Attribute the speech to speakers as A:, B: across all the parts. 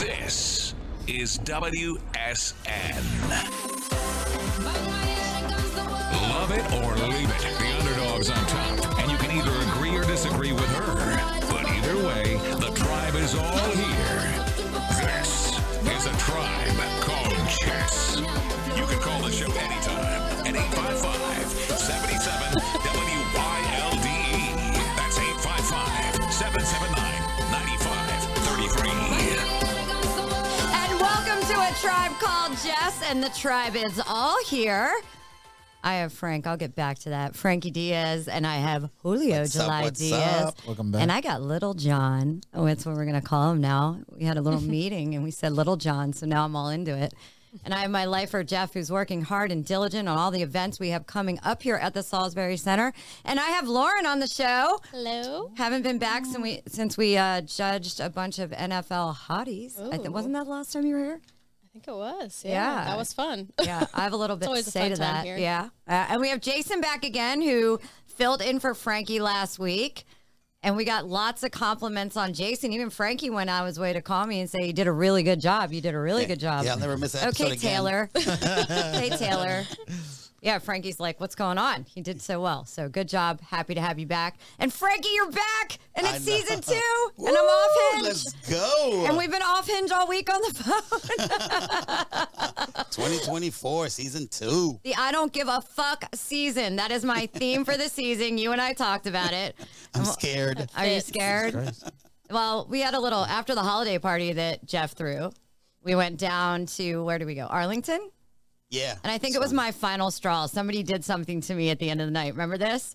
A: This is WSN. Love it or leave it. The underdog's on top. And you can either agree or disagree with her. But either way, the tribe is all here. This is a tribe called Chess. You can call the show anytime at 855 77 WYLDE. That's 855 779 9533.
B: And welcome to a tribe called Jess, and the tribe is all here. I have Frank. I'll get back to that. Frankie Diaz, and I have Julio
C: What's up,
B: July
C: what's
B: Diaz.
C: up? Welcome back.
B: And I got Little John. Oh, that's what we're gonna call him now. We had a little meeting, and we said Little John, so now I'm all into it. And I have my lifer Jeff, who's working hard and diligent on all the events we have coming up here at the Salisbury Center. And I have Lauren on the show.
D: Hello.
B: Haven't been back since we since we uh, judged a bunch of NFL hotties. I th-
D: Ooh.
B: wasn't that the last time you were here?
D: I think it was. Yeah,
B: Yeah.
D: that was fun.
B: Yeah, I have a little bit to
D: always a
B: say
D: fun
B: to
D: time
B: that.
D: here.
B: Yeah, uh, and we have Jason back again, who filled in for Frankie last week, and we got lots of compliments on Jason. Even Frankie went out his way to call me and say you did a really good job. You did a really good job.
C: Yeah, I'll never miss an episode
B: Okay,
C: again.
B: Taylor. hey, Taylor. Yeah, Frankie's like, what's going on? He did so well. So good job. Happy to have you back. And Frankie, you're back. And
C: I
B: it's
C: know.
B: season two. and I'm off hinge.
C: Let's go.
B: And we've been off hinge all week on the phone.
C: 2024 season two.
B: The I don't give a fuck season. That is my theme for the season. You and I talked about it.
C: I'm scared.
B: Are you
D: Fits.
B: scared? Well, we had a little after the holiday party that Jeff threw. We went down to where did we go? Arlington?
C: Yeah.
B: And I think it was my final straw. Somebody did something to me at the end of the night. Remember this?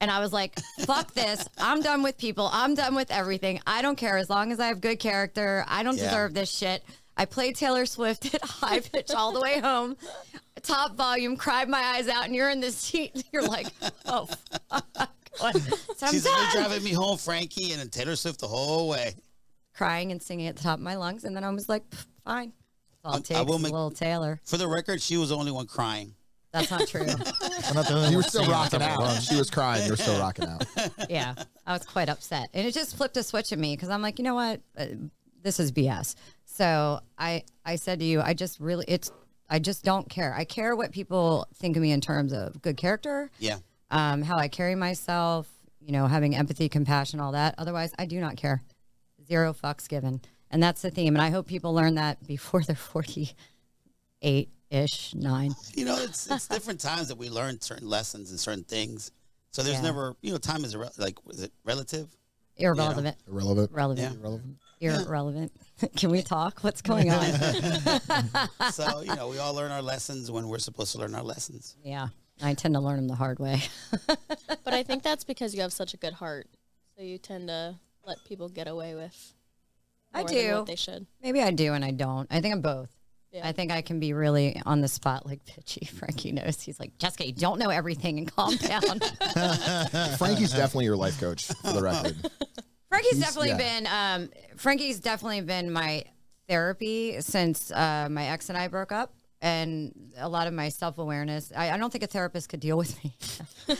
B: And I was like, fuck this. I'm done with people. I'm done with everything. I don't care. As long as I have good character, I don't
C: Yeah.
B: deserve this shit. I played Taylor Swift at high pitch all the way home, top volume, cried my eyes out, and you're in this seat. You're like, oh, fuck. So I'm
C: She's like,
B: done.
C: "You're driving me home, Frankie, and then Taylor Swift the whole way.
B: Crying and singing at the top of my lungs. And then I was like, "Pff, fine. I'll
C: I
B: take
C: will make-
B: little Taylor.
C: For the record, she was the only one crying.
B: That's not true.
E: You were still rocking out. She was crying. You were still rocking out.
B: yeah, I was quite upset, and it just flipped a switch in me because I'm like, you know what, uh, this is BS. So I I said to you, I just really it's I just don't care. I care what people think of me in terms of good character,
C: Yeah.
B: um, how I carry myself, you know, having empathy, compassion, all that. Otherwise, I do not care. Zero fucks given, and that's the theme. And I hope people learn that before they're 48 ish, nine.
C: You know, it's it's different times that we learn certain lessons and certain things. So there's
B: Yeah.
C: never, you know, time is irre- like, was it relative?
B: Irrelevant,
E: Irrelevant.
B: relevant,
E: Irrelevant.
B: irrelevant. Can we talk? What's going on?
C: so you know, we all learn our lessons when we're supposed to learn our lessons.
B: Yeah. I tend to learn them the hard way.
D: But I think that's because you have such a good heart, so you tend to let people get away with.
B: I
D: more than
B: do.
D: What they should.
B: Maybe I do and I don't. I think I'm both.
D: Yeah.
B: I think I can be really on the spot, like bitchy. Frankie knows. He's like, Jessica, you don't know everything and calm down.
E: Frankie's definitely your life coach, for the record.
B: Frankie's
E: He's-
B: definitely
E: yeah.
B: been um, Frankie's definitely been my therapy since uh, my ex and I broke up, and a lot of my self awareness. I, I don't think a therapist could deal with me.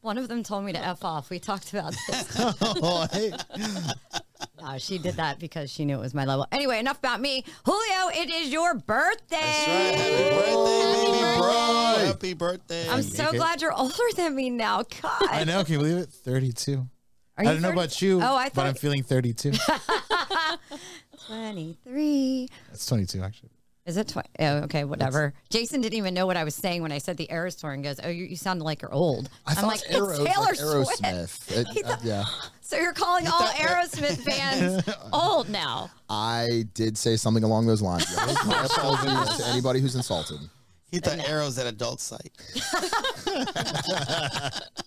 B: One of them told me to f off. We talked about this. No, Uh, she did that because she knew it was my level. Anyway, enough about me. Julio, it is your birthday.
C: That's right. Happy birthday, baby bro. Happy birthday.
B: I'm so
F: Okay.
B: glad you're older than me now. God.
F: I know. Can you believe it? 32.
B: Are
F: I
B: you
F: don't know
B: 30?
F: about you,
B: Oh, I
F: but I'm
B: thought-
F: feeling 32.
B: 23.
F: That's 22, actually.
B: Is it 20? Oh, okay, whatever. Jason didn't even know what I was saying when I said the Eras tour and goes, Oh, you, you sound like you're old.
E: I
B: am like,
E: thought Aero-
B: It's Taylor
E: like
B: Swift.
E: Aerosmith. It- uh, yeah.
B: So you're calling all Aerosmith fans old now.
E: I did say something along those lines. yes. My apologies to anybody who's insulted.
C: He thought arrows at adult site.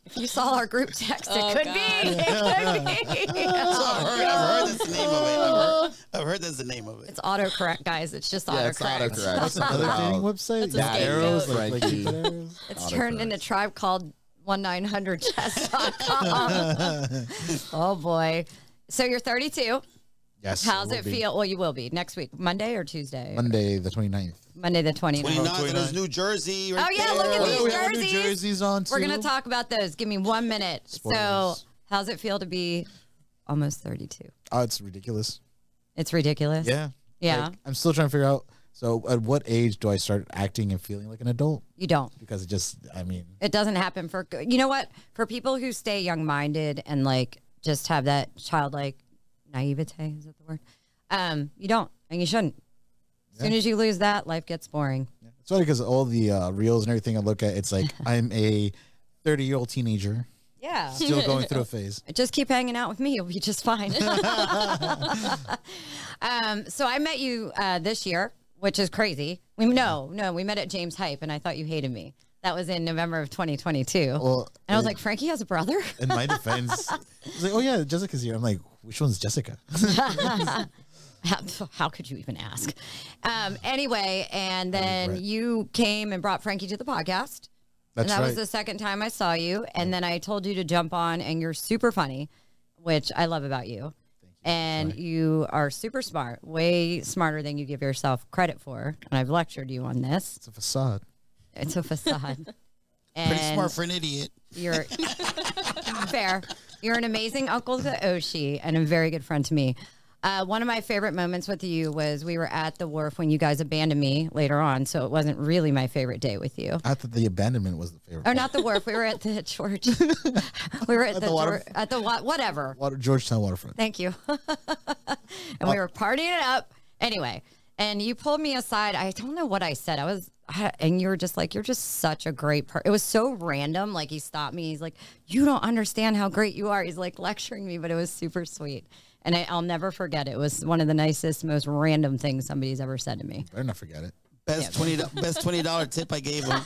B: If you saw our group text, it
D: Oh,
B: could
D: God.
B: be. It could be.
C: I've heard, I've heard that's the name of it. I've heard,
B: Oh.
C: I've heard that's the name of it.
B: it's autocorrect, guys. It's just
E: Yeah, it's
B: autocorrect. It's,
E: autocorrect. It's not
F: Another dating
E: allowed.
F: website?
D: That's a
F: Like
D: scapegoat.
F: arrows, like, like
E: Frankie.
F: cupid arrows.
B: turned into tribe called 1-900-CHESS.com. oh, boy. So you're 32.
F: Yes.
B: How's
F: will
B: it
F: be.
B: feel? Well, you will be next week, Monday or Tuesday?
F: Monday, the 29th.
B: Monday the 29th.
C: 29,
F: Oh,
C: there's New Jersey. Right
B: Oh, yeah,
C: there.
B: look at these
F: we have our New
B: jerseys.
F: Jerseys on, too.
B: We're going to talk about those. Give me one minute. So,
F: Spoilers.
B: how's it feel to be almost 32?
F: Oh, it's ridiculous.
B: It's ridiculous.
F: Yeah.
B: Yeah.
F: Like, I'm still trying to figure out. So, at what age do I start acting and feeling like an adult?
B: you don't.
F: Because it just, I mean,
B: It doesn't happen for you know what? For people who stay young minded and like just have that childlike naivete, is that the word? Um, you don't and you shouldn't. As soon as you lose that, life gets boring.
F: it's funny because all the uh, reels and everything I look at, it's like I'm a 30 year old teenager
B: Yeah.
F: still going through a phase.
B: Just keep hanging out with me, you'll be just fine. um, so I met you uh, this year, which is crazy. We no, no, we met at James Hype and I thought you hated me. That was in November of twenty twenty two.
F: Well,
B: And I was
F: in-
B: like, Frankie has a brother?
F: in my defense, it's like, oh yeah, Jessica's here. I'm like, which one's Jessica?
B: how, how could you even ask? Um, anyway, and then
F: Right.
B: you came and brought Frankie to the podcast. and
F: That's
B: that
F: right.
B: was the second time I saw you. And then I told you to jump on, and you're super funny, which I love about you. And you are super smart, way smarter than you give yourself credit for. And I've lectured you on this.
F: it's a facade.
B: It's a facade. and
C: Pretty smart for an idiot.
B: you're fair. You're an amazing uncle to Oshi and a very good friend to me. Uh, one of my favorite moments with you was we were at the wharf when you guys abandoned me later on, so it wasn't really my favorite day with you.
F: I thought the abandonment was the favorite.
B: Or not the wharf. We were at the George. we were at, the,
F: the water-
B: Geor- at the wa- whatever.
F: Water, Georgetown waterfront.
B: Thank you. and we were partying it up anyway. And you pulled me aside. I don't know what I said. I was, and you were just like, "You're just such a great person." It was so random. Like he stopped me. He's like, "You don't understand how great you are." He's like lecturing me, but it was super sweet. And I, I'll never forget. It It was one of the nicest, most random things somebody's ever said to me.
F: Better not forget it.
C: Best twenty best twenty dollar tip I gave him.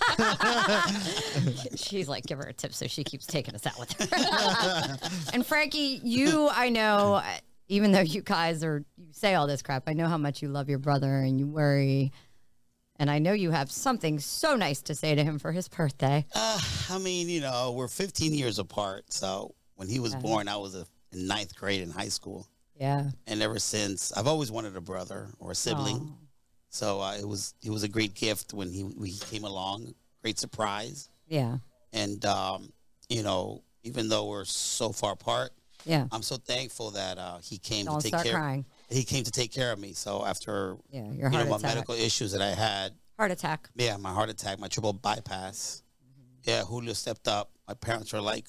B: She's like, give her a tip so she keeps taking us out with her. and Frankie, you, I know, uh, even though you guys are, you say all this crap, I know how much you love your brother and you worry. And I know you have something so nice to say to him for his birthday.
C: Uh, I mean, you know, we're 15 years apart. So when he
B: Uh-huh.
C: was born, I was a, in ninth grade in high school.
B: Yeah.
C: And ever since, I've always wanted a brother or a sibling. So uh, it was it was a great gift when he, when he came along, great surprise.
B: Yeah.
C: And, um, you know, even though we're so far apart,
B: Yeah.
C: I'm so thankful that uh, he came
B: Don't
C: to take
B: start
C: care.
B: crying.
C: He came to take care of me. So after
B: Yeah. Your
C: you know
B: heart
C: my
B: attack.
C: medical issues that I had,
B: heart attack.
C: yeah, my heart attack, my triple bypass.
B: Mm-hmm.
C: Yeah, Julio stepped up. My parents were like,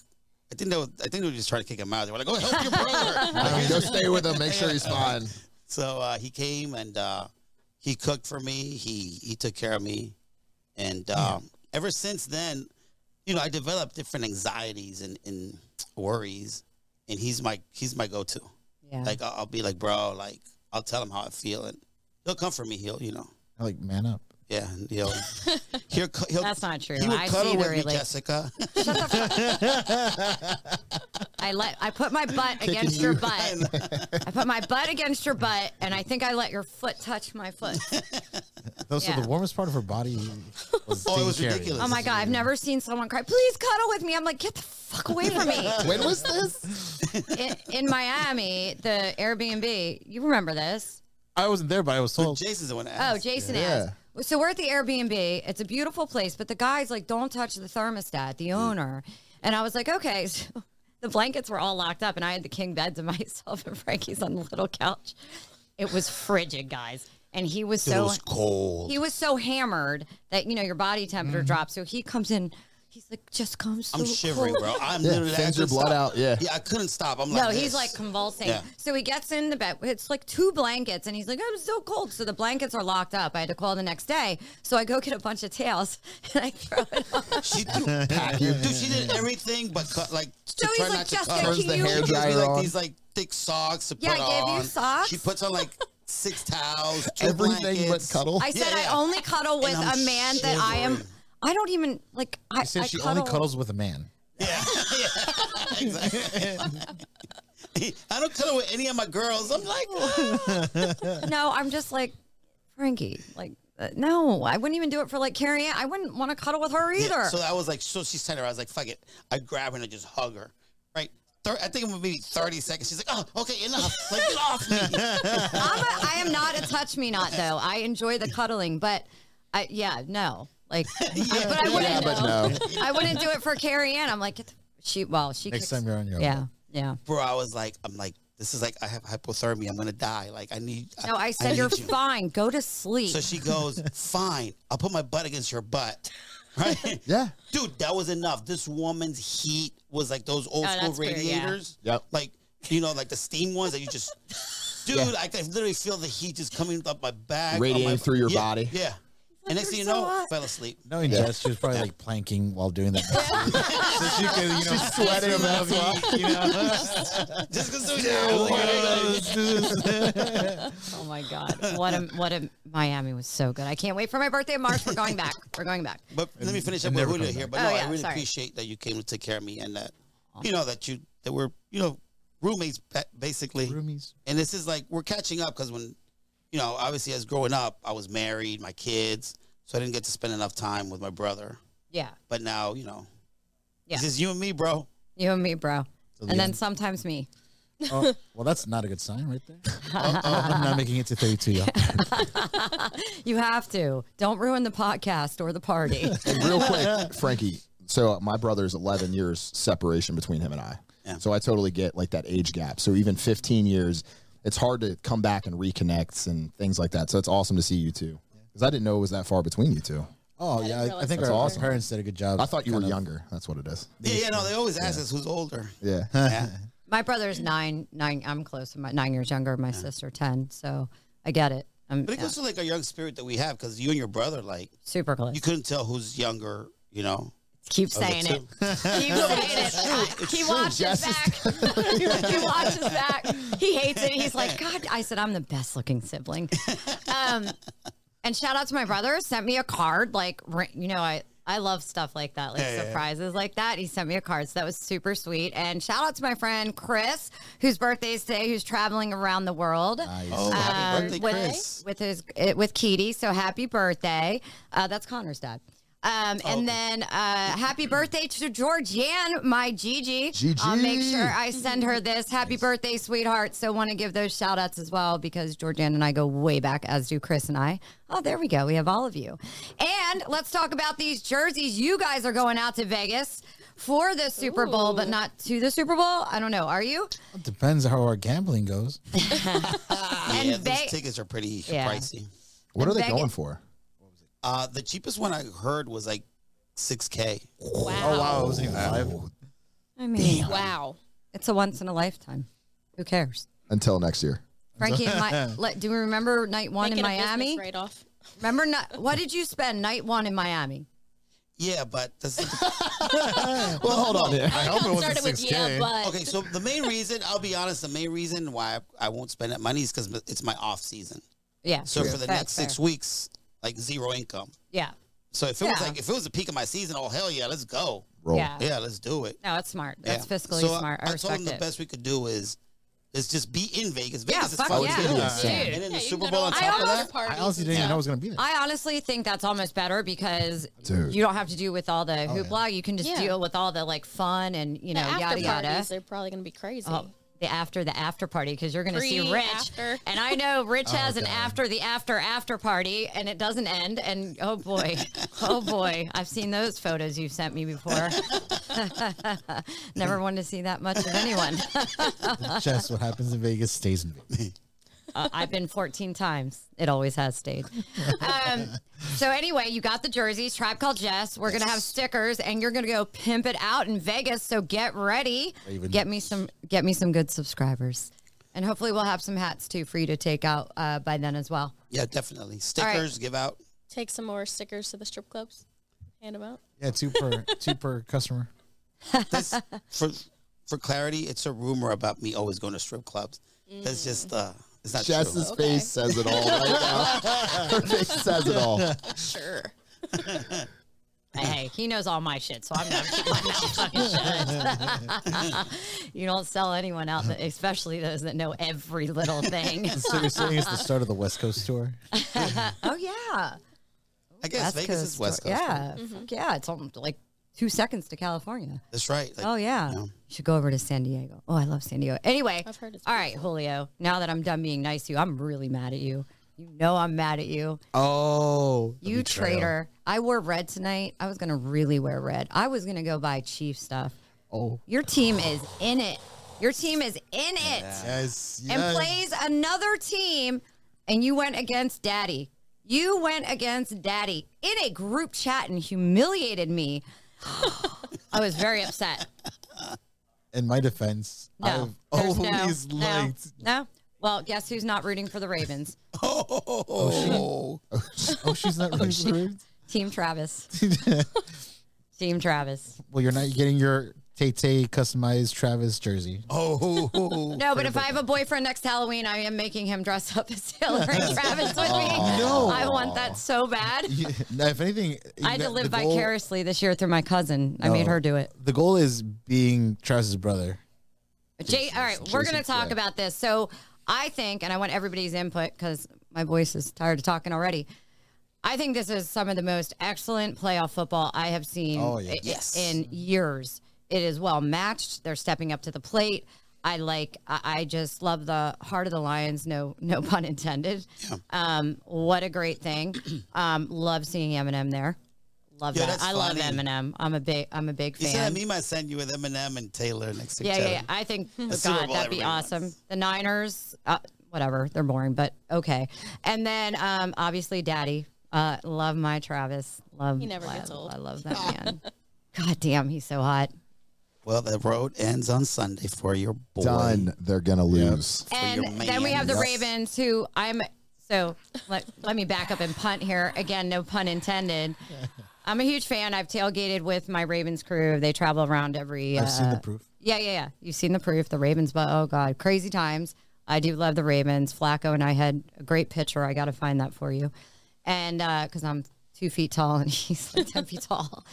C: I think they were, I think they were just trying to kick him out. They were like, "Oh, help your brother!"
F: Uh,
E: I mean, go stay with him. Make sure he's fine.
C: so uh, he came and uh, he cooked for me. He he took care of me, and um, ever since then, you know, I developed different anxieties and, and worries, and he's my he's my go-to.
B: Yeah.
C: Like I'll, I'll be like, "Bro," like I'll tell him how I feel, and he'll comfort me. He'll you know,
F: I'm like, man up.
C: yeah, and he'll he'll cu- he'll
B: That's not true.
C: He would
B: I
C: cuddle
B: see the
C: with me,
B: relation.
C: Jessica.
B: I let I put my butt against your butt. I put my butt against your butt, and I think I let your foot touch my foot.
F: Those
B: Yeah.
F: are the warmest part of her body. Was
C: Oh, it
F: being
C: was
F: carried.
C: ridiculous.
B: Oh my god, I've never seen someone cry. Please cuddle with me. I'm like, get the fuck away from me.
E: When was this?
B: In, in Miami, the Airbnb, you remember this?
F: I wasn't there, but I was told.
C: Jason's the one that
B: Oh,
C: asked.
B: Jason
E: Yeah.
B: asked. So we're at the Airbnb. It's a beautiful place, but the guy's like, don't touch the thermostat,
C: Mm.
B: the owner. And I was like, okay. So the blankets were all locked up, and I had the king bed to myself, and Frankie's on the little couch. It was frigid, guys. And he was
C: Dude,
B: so
C: it was cold.
B: he was so hammered that you know your body temperature drops. So he comes in, he's like, just comes.
C: Mm-hmm. I'm shivering, bro. I'm
E: Yeah,
C: literally. I
E: sends your
C: couldn't
E: blood
C: stop.
E: out, yeah.
C: Yeah, I couldn't stop. I'm like.
B: No, he's
C: this.
B: like convulsing.
C: Yeah.
B: So he gets in the bed. It's like two blankets, and he's like, I'm so cold. So the blankets are locked up. I had to call the next day. So I go get a bunch of tails and I throw it on.
C: She threw, dude, she did everything but cut like.
B: So
C: to
B: he's
C: try
B: like,
C: not
B: "Jessica,
C: to cut.
B: Turns
E: can the you-"
C: She gives me
E: hairdryer
C: like
E: on.
C: these like thick socks to put
B: Yeah, I gave you
C: on.
B: socks.
C: She puts on like six towels, two
E: Everything but
C: blankets.
E: cuddle.
B: I said,
C: Yeah, yeah.
B: I only cuddle with
C: I'm
B: a man that I am.
C: shivering.
B: I don't even like. I,
F: She said
B: I
F: she
B: cuddle.
F: only cuddles with a man.
C: Yeah, yeah, exactly. I don't cuddle with any of my girls. I'm like, ah.
B: No, I'm just like Frankie. Like, uh, no, I wouldn't even do it for like Carrie. Ann. I wouldn't want to cuddle with her either.
C: Yeah, so I was like, so she's tender. I was like, fuck it. I grab her and I just hug her. Right. Thir- I think it was maybe 30 seconds. She's like, oh, okay, enough. Like, get off me.
B: I'm a, I am not a touch me not though. I enjoy the cuddling, but I yeah no like. I- but I wouldn't.
E: Yeah, but no.
B: I wouldn't do it for Carrie Ann. I'm like get the- she. Well, she.
F: Next
B: kicks-
F: time you're on your own.
B: yeah, yeah.
C: Bro, I was like, I'm like, This is like I have hypothermia. I'm gonna die. Like I need.
B: No, I said
C: need
B: you're
C: you."
B: fine. Go to sleep.
C: So she goes, "Fine, I'll put my butt against your butt." Right,
E: Yeah.
C: dude, that was enough. This woman's heat was like those old
D: Oh,
C: school
D: that's weird, yeah.
C: radiators.
E: Yep.
C: Like you know, like the steam ones that you just. Dude, I can literally feel the heat just coming up my back, on
E: Radiating
C: my-
E: through your
C: yeah,
E: body.
C: Yeah. And next thing you know, I fell asleep.
F: Knowing Jess, she was probably like planking while doing that. so she could, you know, she's sweating about it. You know?
C: Just because it was yeah,
B: oh my God. What a, what a, Miami was so good. I can't wait for my birthday in March. We're going back. We're going back.
C: But let me finish up
F: and
C: with
F: never
C: Julio
F: come
C: here. But
B: Oh,
C: no, I
B: yeah,
C: really
B: sorry.
C: appreciate that you came to take care of me and that, you know, that you that we're you know roommates ba- basically.
F: Roomies.
C: And this is like we're catching up because when, you know, obviously as growing up, I was married, my kids, so I didn't get to spend enough time with my brother.
B: Yeah.
C: But now, you know,
B: Yeah.
C: it's just you and me, bro.
B: You and me, bro.
F: the
B: And then sometimes me.
F: Oh, well, that's not a good sign right there. Oh, I'm not making it to 32, y'all.
B: You have to. Don't ruin the podcast or the party.
E: And real quick, Frankie. So my brother's 11 years separation between him and I.
C: Yeah.
E: So I totally get like that age gap. So even 15 years, it's hard to come back and reconnect and things like that. So it's awesome to see you two. Because I didn't know it was that far between you two.
F: Oh, yeah. I, I think
D: That's
F: our our
E: awesome.
F: parents did a good job.
E: I thought you were
F: kind of-
E: younger. That's what it is.
C: Yeah, yeah. No, they always ask us who's older.
E: Yeah.
C: Yeah.
B: my brother's nine, nine, I'm close. My, nine years younger. My sister, 10. So I get it. I'm
C: But it
B: yeah,
C: goes to like a young spirit that we have because you and your brother, like,
B: super close.
C: you couldn't tell who's younger. You know,
B: Keep
F: Oh,
B: saying it.
C: two.
B: Keep saying it. He watches back. he watches back. He hates it. He's like, God. I said, I'm the best looking sibling. Um, and shout out to my brother. Sent me a card. Like, ri- you know, I I love stuff like that, like
C: Yeah, yeah, yeah.
B: surprises like that. He sent me a card, so that was super sweet. And shout out to my friend Chris, whose birthday is today, who's traveling around the world
C: oh, happy
B: um,
C: birthday,
B: with,
C: Chris.
B: with his uh, with Keaty. So happy birthday! Uh, that's Connor's dad. Um, and then uh, happy birthday to Georgianne, my Gigi.
E: Gigi.
B: I'll make sure I send her this. Happy birthday, sweetheart. So want to give those shout outs as well because Georgianne and I go way back, as do Chris and I. Oh, there we go. We have all of you. And let's talk about these jerseys. You guys are going out to Vegas for the Super Bowl, but not to the Super Bowl. I don't know. Are you?
F: It depends how our gambling goes.
C: Yeah, those
B: they-
C: tickets are pretty
B: Yeah.
C: pricey.
E: What are they
B: Vegas.
E: going for?
C: Uh, the cheapest one I heard was like six k.
D: Wow.
F: wow. It Oh, wasn't
E: Oh,
F: even five.
B: I mean,
D: Wow.
B: It's a once in a lifetime. Who cares?
E: Until next year.
B: Frankie, and my, let, do we remember night one in Miami?
D: Right off.
B: Remember, not, what did you spend night one in Miami?
C: Yeah, but that's
E: Well, hold on here.
D: I
F: hope it wasn't
D: started with
F: 6K.
D: yeah, but
C: okay. So the main reason, I'll be honest, the main reason why I, I won't spend that money is because it's my off season.
B: Yeah.
C: So for the
B: Fair,
C: next six
B: fair.
C: weeks, like zero income.
B: Yeah.
C: So if it was
B: Yeah.
C: like if it was the peak of my season, oh hell yeah, let's go.
E: Roll.
B: Yeah.
C: Yeah, let's do it.
B: No, it's smart. That's
C: Yeah.
B: fiscally
C: So I-
B: smart. I,
C: I, told
B: respect
C: him the
B: it.
C: best we could do is is just be in Vegas. Vegas
B: Yeah,
C: is
B: fuck
C: fun
B: yeah.
C: too.
B: Dude,
C: And then
D: Yeah,
C: the
D: you
C: Super
D: can go to
C: Bowl on
D: all
C: top of
D: the
C: that.
D: parties
F: I honestly
D: and
F: didn't even
D: stuff.
F: know it was going to be there.
B: I honestly think that's almost better because
E: Dude.
B: you don't have to do with all the
C: Oh,
B: hoopla. You can just
D: Yeah.
B: deal with all the like fun and you know
D: the after
B: yada yada.
D: parties, they're probably going to be crazy.
B: Oh, the after the after party because you're going to see
D: Pre,
B: Rich,
D: after.
B: and I know Rich has an after the after after party, and it doesn't end. And oh boy, oh boy, I've seen those photos you've sent me before. Never wanted to see that much of anyone.
F: Jess, what happens in Vegas stays in Vegas.
B: Uh, I've been 14 times. It always has stayed. Um, so anyway, you got the jerseys, Tribe Called Jess. We're gonna have stickers, and you're gonna go pimp it out in Vegas. So get ready. Get me some. Get me some good subscribers, and hopefully we'll have some hats too for you to take out uh, by then as well.
C: Yeah, definitely. Stickers give out.
D: Take some more stickers to the strip clubs. Hand them out.
F: Yeah, two per two per customer.
C: That's for for clarity, it's a rumor about me always going to strip clubs.
D: Mm.
C: That's just uh it's not true.
E: Jess's
D: Okay.
E: face says it all right now. Her face says it all.
D: Sure.
B: Hey, he knows all my shit, so I'm gonna keep my mouth fucking shut. you don't sell anyone out, especially those that know every little thing.
F: So you're saying it's the start of the West Coast tour?
B: oh yeah.
C: I guess Vegas is West Coast. right?
B: Yeah,
D: Mm-hmm.
B: fuck yeah. It's on like two seconds to California.
C: That's right. Like,
B: oh yeah.
C: yeah.
B: Should go over to San Diego. Oh, I love San Diego. Anyway,
D: I've heard it's
B: all right, Julio. Now that I'm done being nice to you, I'm really mad at you. You know I'm mad at you.
F: Oh, the
B: You
F: betrayal.
B: traitor. I wore red tonight. I was gonna really wear red. I was gonna go buy Chief stuff.
F: Oh.
B: Your team is in it. Your team is in it
F: Yes.
B: and
F: yes.
B: plays another team, and you went against daddy. You went against daddy in a group chat and humiliated me. I was very upset.
F: In my defense,
B: No,
F: I've
B: there's
F: always
B: no,
F: liked.
B: No, no. Well, guess who's not rooting for the Ravens?
C: Oh,
F: Oh, she's not really rude.
B: Team Travis. Team Travis.
F: Well, you're not getting your Tay Tay customized Travis jersey.
C: oh,
B: No, but if I have a boyfriend next Halloween, I am making him dress up as Hillary Travis with me.
F: Oh, No.
B: I want that so bad.
F: Yeah, now, if anything,
B: I had to
F: the-
B: live
F: the goal- Oh.
B: vicariously this year through my cousin. I made
F: No.
B: her do it.
F: The goal is being Travis's brother.
B: Jay, all right, we're going to talk about this. So I think, and I want everybody's input because my voice is tired of talking already. I think this is some of the most excellent playoff football I have seen
F: Oh, yeah.
B: i- i-
C: Yes.
B: in years. It is well matched. They're stepping up to the plate. I like. I I just love the heart of the Lions. No, no pun intended. Um, what a great thing. Um, love seeing Eminem there. Love
C: Yeah,
B: that.
C: that's
B: I love
C: funny.
B: Eminem. I'm a big. I'm a big
C: you
B: fan.
C: said I mean, I sent you with Eminem and Taylor next to
B: Yeah,
C: each
B: yeah,
C: other.
B: yeah. I think
C: Super
B: God,
C: Bowl
B: that'd be
C: everybody wants.
B: awesome. The Niners, uh, whatever, they're boring, but okay. And then um, obviously, Daddy, uh, love my Travis. Love.
D: He never gets
B: I-
D: old.
B: I love that man. God damn, he's so hot.
C: Well, the road ends on Sunday for your boy.
E: Done. They're gonna lose.
C: your
B: And then we
C: man.
B: have the
C: Yep.
B: Ravens, who I'm. So let, let me back up and punt here. Again, no pun intended. I'm a huge fan. I've tailgated with my Ravens crew. They travel around every.
F: I've seen
B: uh,
F: the proof.
B: Yeah, yeah, yeah. You've seen the proof. The Ravens, but oh god, crazy times. I do love the Ravens. Flacco and I had a great picture. I got to find that for you, and because I'm two feet tall and he's like ten feet tall.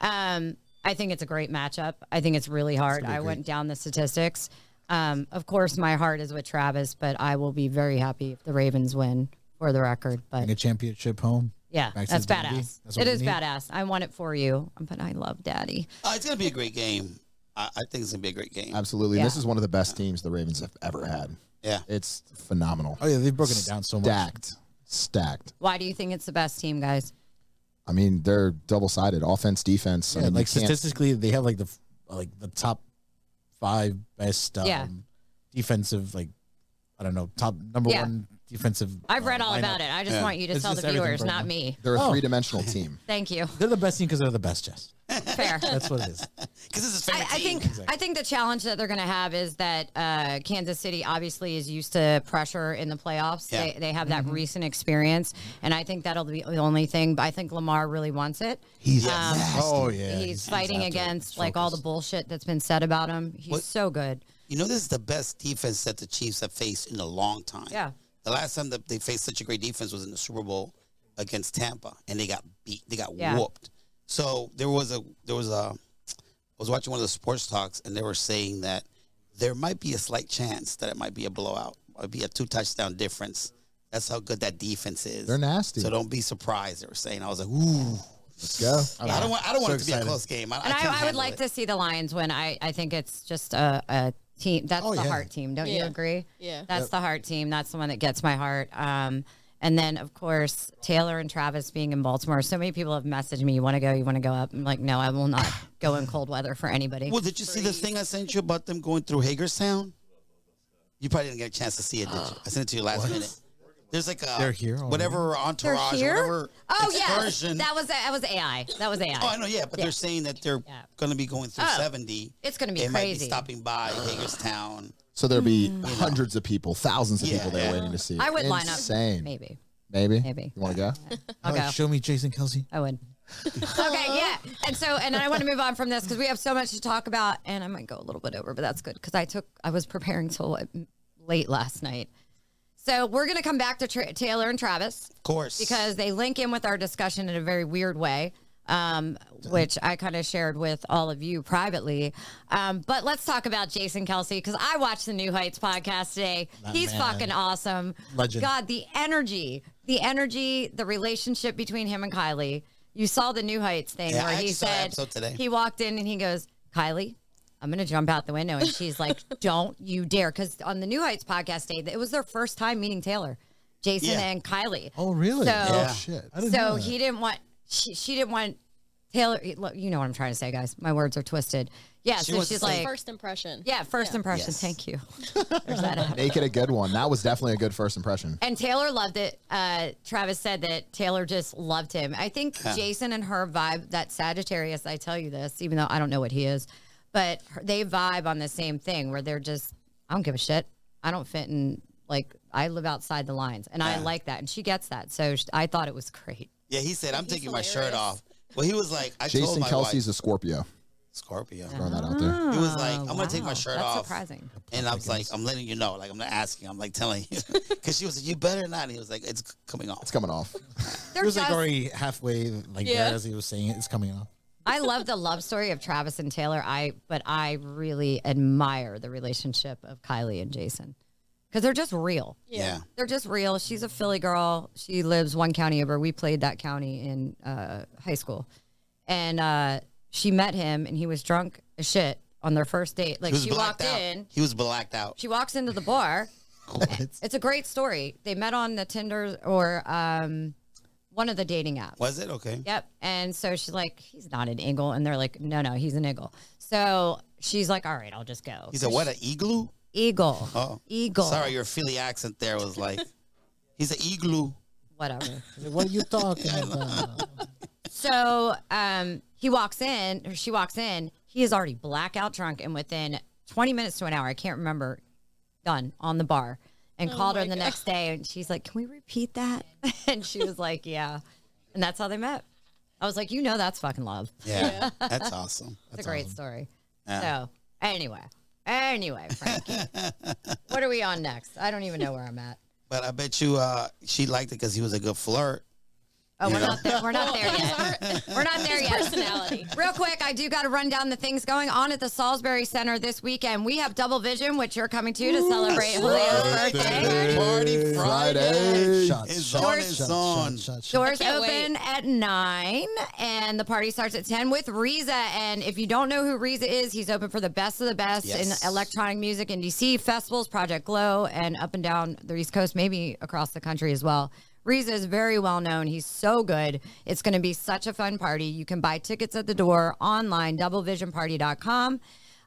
B: Um, I think it's a great matchup. I think it's really hard. I went down the statistics. Um, of course, my heart is with Travis, but I will be very happy if the Ravens win for the record. But
F: Bring a championship home.
B: yeah,
F: Back to
B: that's
F: the WWE.
B: badass.
F: That's what
B: it
F: we
B: is
F: need.
B: badass. I want it for you, but I love Daddy.
C: Uh, it's gonna be a great game. I, I think it's gonna be a great game.
E: Absolutely. This
B: Yeah.
E: is one of the best teams the Ravens have ever had.
C: Yeah.
E: It's phenomenal.
F: Oh yeah, they've broken it down so much.
E: Stacked. Stacked.
B: Why do you think it's the best team, guys?
E: I mean, they're double sided, offense, defense. I
F: Yeah,
E: mean, you
F: like
E: can't-
F: statistically, they have like the f- like the top five best um,
B: Yeah.
F: defensive like I don't know top number
B: Yeah.
F: one defensive.
B: I've
F: uh,
B: read all
F: lineup.
B: about it. I just
C: Yeah.
B: want you to
F: It's
B: tell
F: just
B: the
F: everything
B: viewers,
F: from
B: not
F: them.
B: me.
E: they're a
F: Oh.
E: three dimensional team.
B: Thank you.
F: They're the best team because they're the best, Jess.
B: Fair.
F: That's what it is.
C: Because it's his
B: I,
C: favorite
B: I
C: team.
B: think I think the challenge that they're going to have is that uh, Kansas City obviously is used to pressure in the playoffs.
C: Yeah.
B: They, they have that recent experience, and I think that'll be the only thing. But I think Lamar really wants it.
F: He's
B: Um,
F: oh yeah,
B: he's, fighting against like all the bullshit that's been said about him. He's
C: What-
B: so good.
C: You know, this is the best defense that the Chiefs have faced in a long time.
B: Yeah.
C: The last time that they faced such a great defense was in the Super Bowl against Tampa, and they got beat. They got
B: Yeah.
C: whooped. So there was a there was a I was watching one of the sports talks, and they were saying that there might be a slight chance that it might be a blowout, might be a two touchdown difference. That's how good that defense is.
E: They're nasty.
C: So don't be surprised. They were saying. I was like, ooh.
E: Let's go.
C: I don't want. I don't want it to be a
F: excited.
C: close game. I,
B: And
C: can't
B: I, I would
C: handle
B: like
C: it.
B: to see the Lions win. I, I think it's just a, a team. That's
F: Oh,
B: the
F: yeah.
B: heart team. Don't you
D: Yeah.
B: agree?
D: Yeah.
B: That's the heart team. That's the one that gets my heart. Um, and then, of course, Taylor and Travis being in Baltimore. So many people have messaged me, you want to go, you want to go up. I'm like, no, I will not go in cold weather for anybody.
C: Well, did you see the thing I sent you about them going through Hagerstown? You probably didn't get a chance to see it, did you? I sent it to you last minute. There's like a
F: They're here already?
C: whatever
B: They're
C: entourage,
B: here?
C: whatever
B: oh, yes.
C: excursion.
B: That was, that was AI. That was AI.
C: oh, I know, yeah, but they're saying that they're
B: Yeah.
C: going to be going through
B: Oh,
C: 70.
B: it's gonna be
C: They might
B: crazy.
C: be stopping by Hagerstown.
E: So there'll be hundreds of people, thousands of
C: Yeah.
E: people there
C: Yeah.
E: waiting to see.
B: Hmm. I would
E: Insane.
B: line up.
E: Insane.
B: Maybe.
E: Maybe.
B: Maybe.
E: You want to go?
B: I'll
F: Like,
B: go.
F: show me Jason Kelsey.
B: I would. okay, yeah. And so, and I want to move on from this because we have so much to talk about, and I might go a little bit over, but that's good because I took, I was preparing till uh, late last night. So we're going to come back to tra- Taylor and Travis.
C: Of course.
B: because they link in with our discussion in a very weird way, um, which I kind of shared with all of you privately. Um, but let's talk about Jason Kelsey because I watched the New Heights podcast today. He's
F: man.
B: fucking awesome.
F: Legend.
B: God, the energy, the energy, the relationship between him and Kylie. You saw the New Heights thing
C: Yeah,
B: where
C: I
B: he
C: actually saw that
B: said
C: episode today.
B: he walked in and he goes, Kylie. I'm gonna jump out the window, and she's like, "Don't you dare!" Because on the New Heights podcast day, it was their first time meeting Taylor, Jason,
C: Yeah.
B: and Kylie.
F: Oh really?
B: So-
F: Oh shit. I didn't know
B: So
F: that.
B: he didn't want she, she didn't want Taylor. Look, you know what I'm trying to say, guys. My words are twisted. Yeah,
C: She
B: so
C: wants to
B: she's
C: say-
B: like,
D: First impression.
B: yeah, first impression.
C: Yes.
B: Thank you. There's that ad.
E: Make it a good one. That was definitely a good first impression.
B: And Taylor loved it. Uh, Travis said that Taylor just loved him. I think Jason and her vibe, that Sagittarius, I tell you this, even though I don't know what he is, but her, they vibe on the same thing where they're just, I don't give a shit. I don't fit in, like, I live outside the lines. And I like that. And she gets that. So sh I thought it was great.
C: Yeah, he said, I'm
D: he's
C: taking my shirt
D: hilarious.
C: off. Well, he was like, I told
E: Jason
C: my
E: Kelsey's
C: wife,
E: a Scorpio.
C: Scorpio.
E: Throwing that out there.
C: He was like, I'm
B: Oh,
C: going to take my
B: wow.
C: shirt
B: That's
C: off.
B: surprising.
C: And I was like, I'm letting you know. Like, I'm not asking. I'm like telling you. Because she was like, you better not. And he was like, it's c- coming off.
E: It's coming off.
B: They're
F: It was like
B: just-
F: already halfway like
D: Yeah.
F: there as he was saying it. It's coming off.
B: I love the love story of Travis and Taylor. I but I really admire the relationship of Kylie and Jason because they're just real.
C: Yeah.
B: They're just real. She's a Philly girl. She lives one county over. We played that county in uh, high school, and uh, she met him, and he was drunk as shit on their first date. Like
C: He was
B: she
C: blacked
B: walked
C: out.
B: in,
C: He was blacked out.
B: she walks into the bar. it's a great story. They met on the Tinder or um, one of the dating apps.
C: Was it? Okay.
B: Yep. And so she's like, he's not an eagle. And they're like, no, no, he's an eagle. So she's like, all right, I'll just go.
C: He said, what, an igloo?
B: Eagle.
C: Oh.
B: Eagle.
C: Sorry, your Philly accent there was like, he's an igloo.
B: Whatever.
F: What are you talking about?
B: so um, he walks in, or she walks in. He is already blackout drunk. And within 20 minutes to an hour, I can't remember, done on the bar and called her
D: Oh my
B: the
D: God.
B: next day. And she's like, can we repeat that? and she was like, yeah. And that's how they met. I was like, you know, that's fucking love.
C: Yeah. That's awesome.
B: It's a great story. So anyway, anyway, Frankie, what are we on next? I don't even know where I'm at.
C: But I bet you uh, she liked it because he was a good flirt.
B: Oh, we're
C: Yeah.
B: not there. We're not there yet. We're not there yet.
D: Personality.
B: Real quick, I do got to run down the things going on at the Salisbury Center this weekend. We have Double Vision, which you're coming to to celebrate Julio's birthday.
C: Party Friday.
F: Shots,
C: It's
F: shots,
C: on, it's
F: shots,
C: on.
F: shots, shots, shots.
B: Doors
D: I can't
B: open at nine, and the party starts at ten with Reza. And if you don't know who Reza is, he's open for the best of the best
C: Yes.
B: in electronic music in DC festivals, Project Glow, and up and down the East Coast, maybe across the country as well. Reza is very well known. He's so good. It's going to be such a fun party. You can buy tickets at the door online, doublevisionparty.com.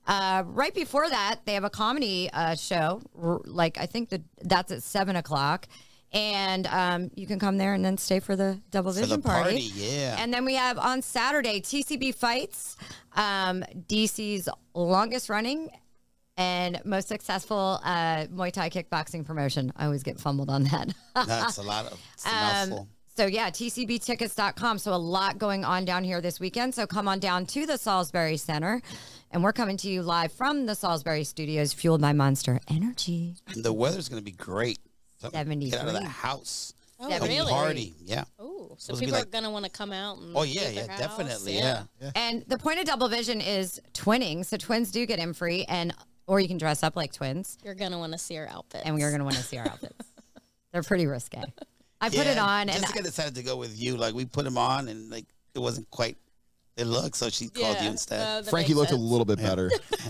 B: Uh, right before that, they have a comedy uh, show. r- Like I think the, that's at seven o'clock, and um, you can come there and then stay for the double
C: the
B: vision party.
C: party, yeah.
B: And then we have on Saturday TCB fights, um, DC's longest running and most successful uh, Muay Thai kickboxing promotion. I always get fumbled on that. Um,
C: That's a lot of it's a mouthful.
B: So yeah, tcbtickets.com. So a lot going on down here this weekend. So come on down to the Salisbury Center, and we're coming to you live from the Salisbury Studios, fueled by Monster Energy.
C: And the weather's gonna be great. So Get out of
B: 73.
C: the house.
D: Oh,
B: Yeah,
C: Go
D: really?
C: Party. Yeah.
D: Oh, so
C: Supposed to be
D: people are
C: like-
D: gonna want to come out and.
C: Oh yeah,
D: leave their
C: yeah,
D: house.
C: definitely. Yeah.
B: And the point of Double Vision is twinning. So twins do get in free, and or you can dress up like twins,
D: You're gonna want to see her outfit.
B: and we are going to want to see our outfits. They're pretty risque. I put it
C: Yeah,
B: on, and
C: Jessica decided to go with you. Like we put him on and like it wasn't quite the look, so she called you instead.
D: uh,
E: Frankie looked a little bit better.
C: she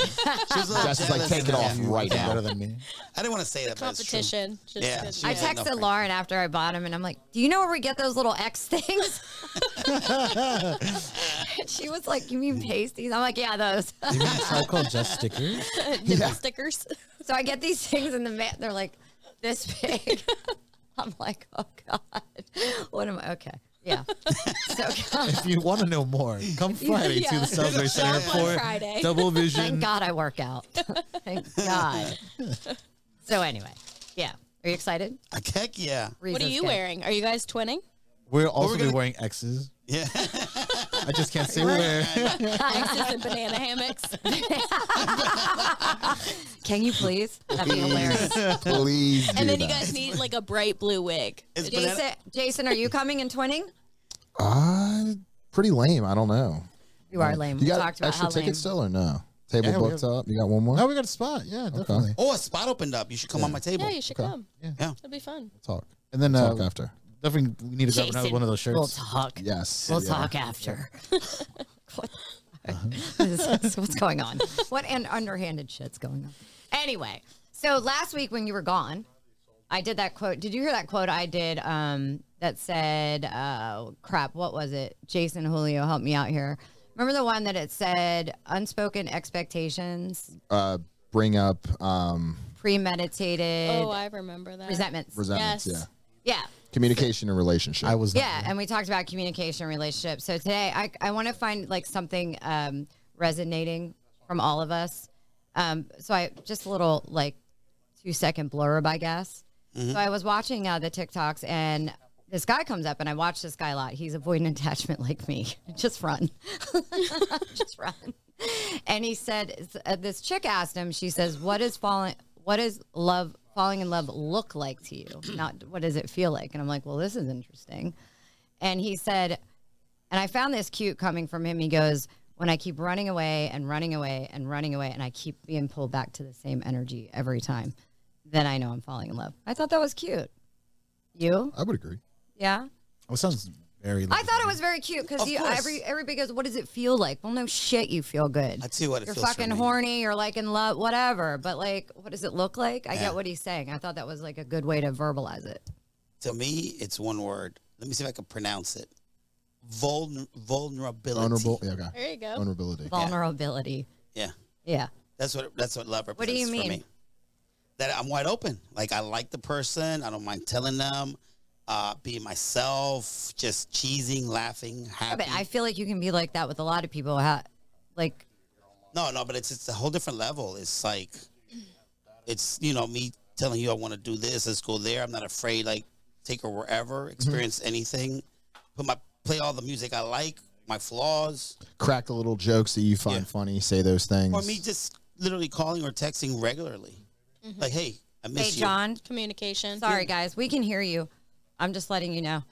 C: was a little
E: Jess is like,
C: jealous
E: take it
C: and-
E: off
C: yeah.
E: right
F: Better
E: now.
F: than me.
C: I didn't want to say that, but it's true.
D: competition. Just
C: Yeah,
D: good-
C: she
B: I
C: was like,
B: texted
C: no, Frankie.
B: Lauren after I bought them, and I'm like, "Do you know where we get those little X things?" And she was like, "You mean pasties?" I'm like, "Yeah, those."
F: You mean cycle just stickers?
D: Different stickers.
B: so I get these things in the mail. They're like this big. I'm like, "Oh God, what am I?" Okay, yeah. So come-
F: If you want to know more, come Friday to
D: Yeah.
F: the Salisbury Center
D: Shop on
F: for
D: Friday.
F: Double
B: thank
F: Vision.
B: God I work out. thank God. So anyway, yeah. Are you excited?
C: Like, Heck yeah.
D: What are
B: Reza's
D: you
B: good.
D: wearing? Are you guys twinning?
F: We're also
C: gonna-
F: be wearing X's.
C: Yeah.
F: I just can't say where.
D: X's and banana hammocks.
B: Can you please? That'd be hilarious.
E: Please do
D: And then you
E: that.
D: guys need like a bright blue wig.
C: It's banana-
B: Jason, Jason, are you coming and twinning?
E: Uh, pretty lame. I don't know.
B: You are lame.
E: You
B: we
E: got
B: talked about
E: extra
B: how lame.
E: tickets still or no? Table
F: Yeah, we
E: booked
F: have-
E: up. You got one more?
F: Oh, we got a spot. Yeah, definitely.
C: oh, a spot opened up. You should come on my table.
D: Yeah, you should come.
C: Yeah.
D: It'll be fun.
E: Talk.
F: And then
E: Talk
F: uh,
E: after.
F: definitely we need to grab another
B: Jason,
F: one of those
B: We'll
F: shirts.
B: talk.
E: Yes.
B: We'll
E: yeah. Uh-huh.
B: talk after. What- This is- what's going on? What an underhanded shit's going on. Anyway, so last week when you were gone, I did that quote. Did you hear that quote I did um, that said, uh, crap, what was it? Jason Julio, help me out here. Remember the one that it said unspoken expectations,
E: Uh, bring up um,
B: premeditated
D: Oh, I remember that.
B: resentments.
E: resentments.
D: Yes.
E: Yeah.
B: yeah.
E: Communication and relationship.
F: I was not
B: Yeah, and we talked about communication relationships. So today, I, I want to find like something um, resonating from all of us. Um, so I just a little like two second blurb, I guess.
F: Mm-hmm.
B: So I was watching uh, the TikToks, and this guy comes up, and I watch this guy a lot. He's avoiding attachment like me. just run, just run. And he said, uh, this chick asked him. She says, "What is falling? What is love?" Falling in love look like to you, not what does it feel like? And I'm like, well, this is interesting. And he said, and I found this cute coming from him. He goes, When I keep running away and running away and running away, and I keep being pulled back to the same energy every time, then I know I'm falling in love. I thought that was cute. You?
E: I would agree.
B: Yeah.
F: Well, sounds very.
B: I thought it was very cute because
C: Of course.
B: every everybody goes, "What does it feel like?" Well, no shit, you feel good.
C: I tell you what it
B: you're
C: feels for
B: fucking
C: me.
B: horny. You're like in love, whatever. But like, what does it look like? I
C: Yeah.
B: get what he's saying. I thought that was like a good way to verbalize it.
C: To me, it's one word. Let me see if I can pronounce it. Vulner- vulnerability.
E: Vulnerable. Yeah, okay.
D: There you go.
E: Vulnerability.
B: Vulnerability.
C: Yeah,
B: Yeah.
C: that's what that's what love represents
B: do you
C: for
B: mean?
C: me. That I'm wide open. Like I like the person. I don't mind telling them. Uh, being myself, just cheesing, laughing,
B: Yeah,
C: happy.
B: but I feel like you can be like that with a lot of people. Ha- like,
C: No, no, but it's it's a whole different level. It's like, it's you know me telling you I want to do this. Let's go there. I'm not afraid. Like take her
B: Mm-hmm.
C: wherever, experience anything, put my play all the music I like, my flaws,
E: Crack the little jokes that you find
C: Yeah.
E: funny. Say those things.
C: or me just literally calling or texting regularly. Like, hey, I miss
B: Mm-hmm. hey,
C: you.
B: John,
D: Communication.
B: sorry, guys, we can hear you. I'm just letting you know.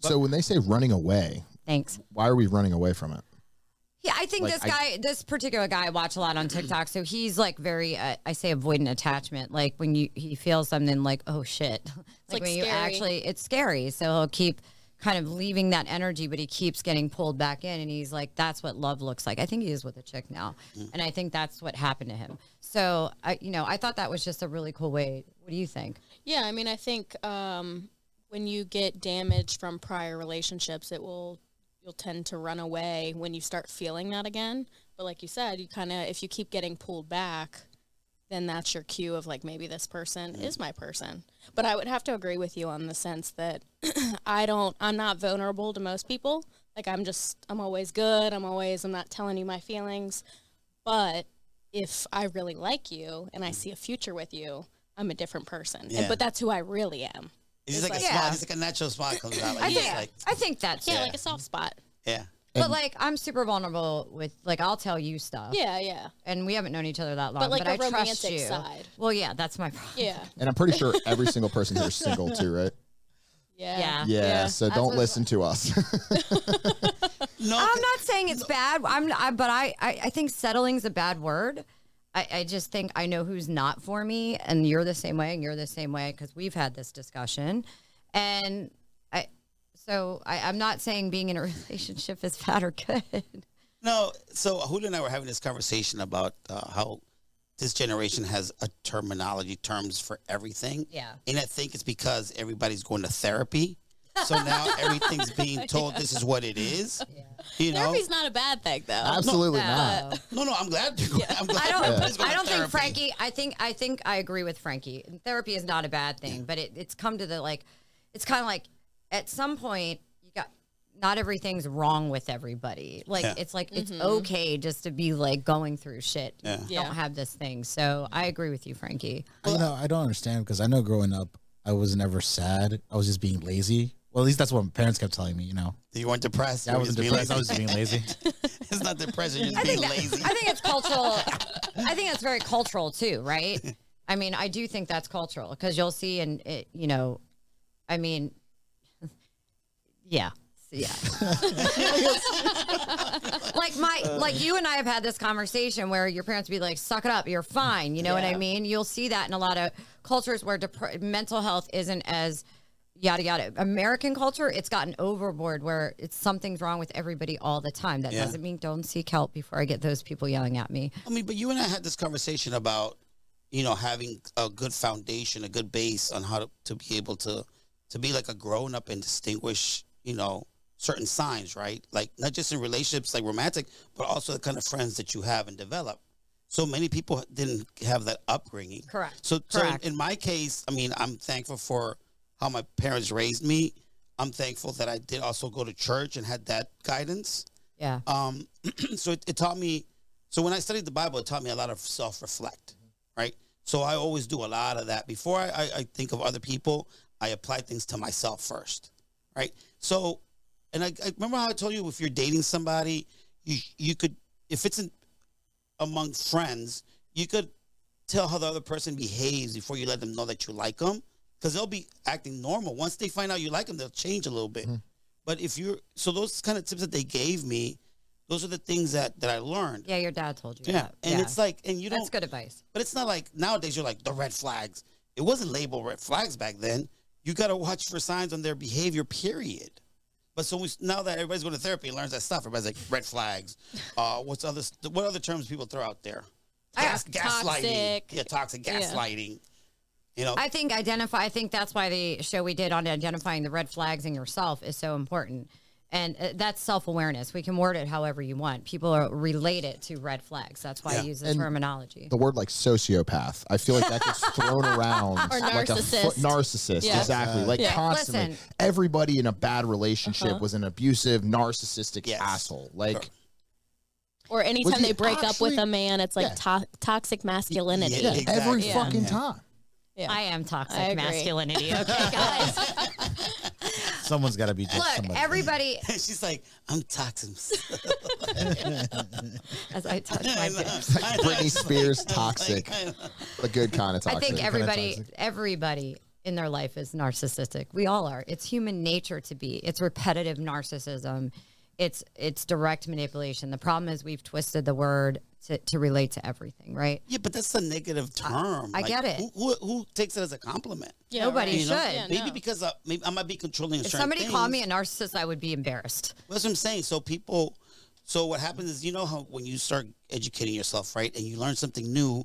E: so when they say running away,
B: Thanks.
E: why are we running away from it?
B: Yeah, I think
E: Like,
B: this
E: I-
B: guy, this particular guy, I watch a lot on TikTok. So he's like very, uh, I say, avoidant attachment. Like when you he feels something, like oh shit, like,
D: like,
B: when you
D: scary.
B: actually, it's scary. So he'll keep kind of leaving that energy, but he keeps getting pulled back in, and he's like, that's what love looks like. I think he is with a chick now, and I think that's what happened to him. So I, you know, I thought that was just a really cool way. What do you think?
D: Yeah, I mean, I think um, when you get damage from prior relationships, it will you'll tend to run away when you start feeling that again. But like you said, you kind of if you keep getting pulled back, then that's your cue of like maybe this person is my person. But I would have to agree with you on the sense that I don't I'm not vulnerable to most people. Like I'm just I'm always good. I'm always I'm not telling you my feelings. But if I really like you and I see a future with you, I'm a different person.
C: Yeah.
D: And, but that's who I really am.
C: It's just like, a
D: like-
C: smile.
B: Yeah.
C: It's like a natural smile comes out. Like,
B: I
C: yeah.
B: think
C: like,
B: I think that's
D: Yeah,
B: it.
D: like a soft spot.
C: yeah.
B: but like I'm super vulnerable with like I'll tell you stuff.
D: Yeah, yeah.
B: and we haven't known each other that long,
D: But, like,
B: I
D: the
B: trust
D: romantic
B: you.
D: side.
B: Well, yeah, that's my problem.
D: Yeah.
E: And I'm pretty sure every single person here is single too, right?
D: Yeah.
B: Yeah.
E: Yeah. So
B: That's
E: don't
B: what-
E: listen to us.
C: No,
B: I'm not saying it's bad. I'm, I, but I, I, I think settling's a bad word. I, I just think I know who's not for me, and you're the same way, and you're the same way because we've had this discussion, and I, so I, I'm not saying being in a relationship is bad or good.
C: No, so Hulu and I were having this conversation about uh, how this generation has a terminology terms for everything.
B: Yeah.
C: And I think it's because everybody's going to therapy. So now everything's being told this is what it is. You know?
D: Therapy's not a bad thing though.
E: Absolutely not.
B: Uh,
C: No, no, I'm glad they're going. I'm glad
B: I don't.
C: everybody's going
B: I
C: to
B: don't think
C: therapy.
B: Frankie. I think. I think I agree with Frankie. Therapy is not a bad thing, but it, it's come to the like. It's kind of like at some point you got not everything's wrong with everybody. Like
C: Yeah.
B: it's like it's okay just to be like going through shit.
C: Mm-hmm. Yeah.
B: You
D: Yeah.
B: Don't have this thing. So I agree with you, Frankie.
F: You know, I don't understand because I know growing up, I was never sad. I was just being lazy. Well, at least that's what my parents kept telling me. You know,
C: You weren't depressed.
F: I
C: you were
F: wasn't
C: just being
F: depressed. I was
C: lazy.
F: just being lazy.
C: it's not depression.
B: I
C: You're just being
B: think that,
C: lazy.
B: I think it's cultural. I think it's very cultural too, right? I mean, I do think that's cultural because you'll see, and it, you know, I mean, yeah, yeah. like my, like you and I have had this conversation where your parents would be like, "Suck it up, you're fine." You know what I
D: Yeah.
B: mean? You'll see that in a lot of cultures where depre- mental health isn't as yada yada. American culture, it's gotten overboard where it's something's wrong with everybody all the time. That
C: Yeah.
B: doesn't mean don't seek help before I get those people yelling at me.
C: I mean, but you and I had this conversation about, you know, having a good foundation, a good base on how to, to be able to to be like a grown up and distinguish, you know, certain signs, right? Like not just in relationships, like romantic, but also the kind of friends that you have and develop. So many people didn't have that upbringing.
B: Correct.
C: So, so
B: Correct.
C: in my case, I mean, I'm thankful for how my parents raised me. I'm thankful that I did also go to church and had that guidance.
B: Yeah.
C: Um, so it, it taught me. So when I studied the Bible, it taught me a lot of self reflect, right? So I always do a lot of that before I, I, I think of other people. I apply things to myself first, right? So, and I, I remember how I told you if you're dating somebody, you you could if it's in, among friends, you could tell how the other person behaves before you let them know that you like them because they'll be acting normal once they find out you like them they'll change a little bit but if you're so those kind of tips that they gave me those are the things that that i learned
B: Yeah, your dad told you.
C: yeah,
B: that.
C: and it's like and you don't
B: that's good advice.
C: but it's not like nowadays you're like the red flags it wasn't labeled red flags back then you got to watch for signs on their behavior period but so we, now that everybody's going to therapy and learns that stuff everybody's like red flags uh what's other what other terms people throw out there
D: I
C: Gas,
D: got
C: gaslighting
D: toxic.
C: yeah toxic gaslighting you know
B: I think identify. I think that's why the show we did on identifying the red flags in yourself is so important, and uh, that's self awareness. We can word it however you want. People are relate it to red flags. That's why I use the terminology.
E: the word like sociopath. I feel like that gets thrown around
D: Or
E: like a fo-
D: narcissist.
E: narcissist,
D: Yeah.
E: exactly. Like
D: Yeah.
E: constantly,
B: Listen.
E: everybody in a bad relationship was an abusive, narcissistic
C: Yes.
E: asshole. Like
D: Or
E: Was
D: anytime
E: he
D: they break up with
E: actually-
D: a man, it's like to- toxic masculinity.
C: Yeah, yeah.
E: every
C: Exactly.
E: fucking time.
D: Yeah.
B: I am toxic
D: I agree.
B: masculinity. Okay, guys.
F: Someone's got to be just
B: Look,
F: somebody.
B: everybody.
C: She's like, I'm toxic.
B: As I touch my lips.
E: Britney Spears toxic, the good kind of
B: I
E: toxic.
B: think everybody,
F: toxic.
B: everybody in their life is narcissistic. We all are. It's human nature to be. It's repetitive narcissism. It's it's direct manipulation. The problem is we've twisted the word to, to relate to everything, right?
C: yeah, but that's a negative term.
B: I get it.
C: Who, who, who takes it as a compliment?
D: Yeah,
B: Nobody
D: right.
B: should.
D: Yeah,
C: maybe
D: no.
C: because I, maybe I might be controlling.
B: If somebody called me a narcissist, I would be embarrassed.
C: That's what I'm saying. So people, so what happens is, you know how when you start educating yourself, right, and you learn something new,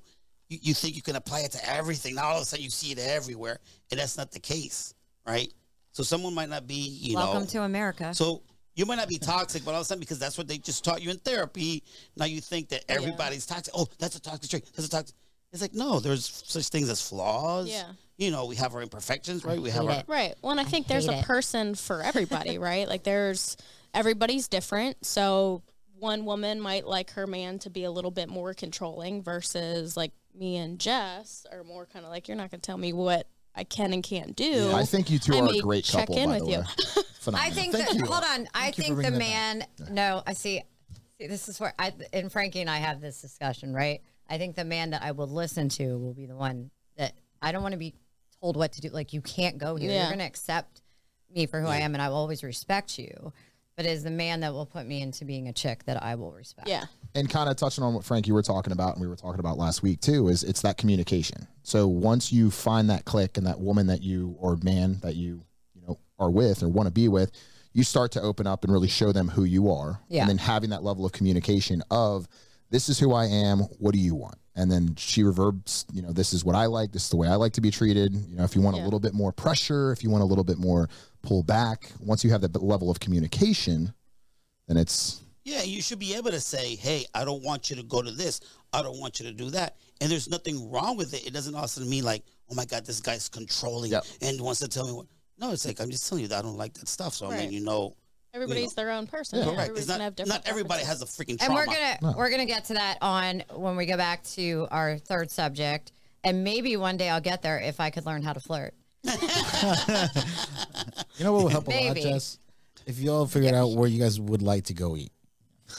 C: you, you think you can apply it to everything. Now all of a sudden you see it everywhere, and that's not the case, right? So someone might not be, you know,
B: Welcome to America.
C: So you might not be toxic, but all of a sudden, because that's what they just taught you in therapy, now you think that everybody's toxic. Oh, that's a toxic trait. That's a toxic. It's like no, there's such things as flaws.
D: Yeah.
C: You know, we have our imperfections, right? We have
B: hate
C: our
B: it.
D: Right. Well, and I think there's
B: hate
D: a
B: it.
D: person for everybody, right? Like there's everybody's different. So one woman might like her man to be a little bit more controlling versus like me and Jess are more kind of like you're not going to tell me what I can and can't do.
E: I think you two
D: I
E: are
D: may
E: a great
D: check
E: couple,
D: in
E: by
D: with
E: the
D: you.
E: way.
B: I
E: Phenomenal.
B: think
E: Thank
B: that,
E: you.
B: hold on. I
F: Thank you for
B: think the
F: bringing that
B: man, no, I see, see, this is where I, and Frankie and I have this discussion, right? I think the man that I will listen to will be the one that I don't want to be told what to do. Like, you can't go here. You're
D: Yeah.
B: going to accept me for who I am, and I will always respect you. But it is the man that will put me into being a chick that I will respect.
D: yeah.
E: and kind of touching on what Frank you were talking about and we were talking about last week too is it's that communication. So once you find that click and that woman that you or man that you you know are with or want to be with, you start to open up and really show them who you are.
B: Yeah.
E: And then having that level of communication of this is who I am, what do you want? And then she reverbs, you know, this is what I like, this is the way I like to be treated. You know, if you want a little bit more pressure, if you want a little bit more pull back, once you have that level of communication, then it's
C: Yeah, you should be able to say, "Hey, I don't want you to go to this. I don't want you to do that." And there's nothing wrong with it. It doesn't also mean like, "Oh my God, this guy's controlling
E: Yep.
C: and wants to tell me what." No, it's like I'm just telling you that I don't like that stuff. So I mean,
D: Right.
C: you know,
D: Everybody's their own person.
E: Yeah.
D: Yeah.
E: Correct.
C: right? It's
D: Everybody's
C: not
D: gonna have different
C: not everybody
D: preferences.
C: has a freaking
B: and
C: trauma.
B: we're gonna we're gonna get to that on when we go back to our third subject and maybe one day i'll get there if i could learn how to flirt
F: You know what will help a lot,
B: Maybe.
F: Jess? If you all figured out where you guys would like to go eat.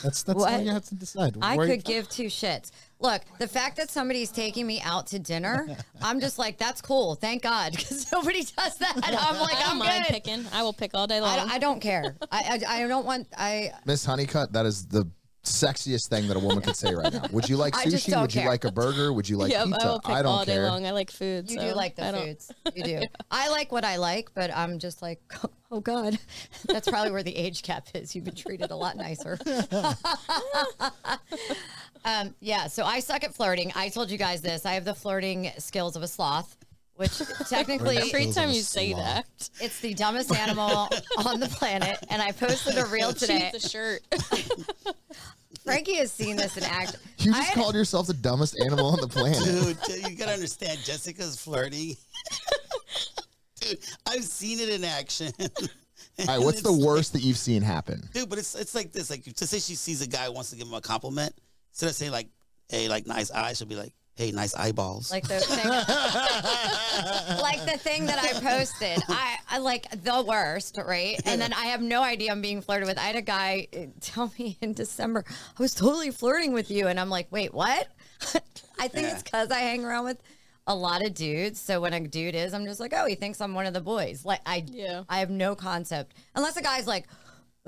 F: That's that's
B: What?
F: all you have to decide.
B: i
F: Where-
B: could give two shits look the fact that somebody's taking me out to dinner i'm just like that's cool thank god because nobody does that i'm like
D: I don't
B: i'm
D: mind
B: good
D: picking. I will pick all day long.
B: I, I don't care I, I i don't want i
E: Miss Honeycutt, that is the sexiest thing that a woman could say right now. Would you like
B: I just
E: sushi?
B: don't
E: Would you
B: care.
E: like a burger? Would you like
D: yeah, I
E: pizza?
D: will pick
E: I don't
D: all day
E: care.
D: long. I like food.
B: you
D: so
B: do like the
D: I don't-
B: foods you do i like what i like but i'm just like oh god that's probably where the age cap is you've been treated a lot nicer um, yeah so i suck at flirting i told you guys this i have the flirting skills of a sloth which technically
D: Every time you
F: so
D: say
F: long.
D: that,
B: it's the dumbest animal on the planet. And I posted a reel today.
D: she's the shirt.
B: Frankie has seen this in act.
E: You just
B: I-
E: called yourself the dumbest animal on the planet.
C: Dude, you gotta understand, Jessica's flirting. Dude, I've seen it in action.
E: All right, what's the worst that you've seen happen?
C: Dude, but it's it's like this. Like to say she sees a guy wants to give him a compliment, instead of saying like, hey, like nice eyes, she'll be like, hey, nice eyeballs.
B: like the thing, like the thing that I posted. I, I like the worst, right? And then I have no idea I'm being flirted with. I had a guy uh, tell me in December I was totally flirting with you, and I'm like, wait, what? I think it's because I hang around with a lot of dudes. So when a dude is, I'm just like, oh, he thinks I'm one of the boys. Like I,
D: Yeah.
B: I have no concept unless a guy's like.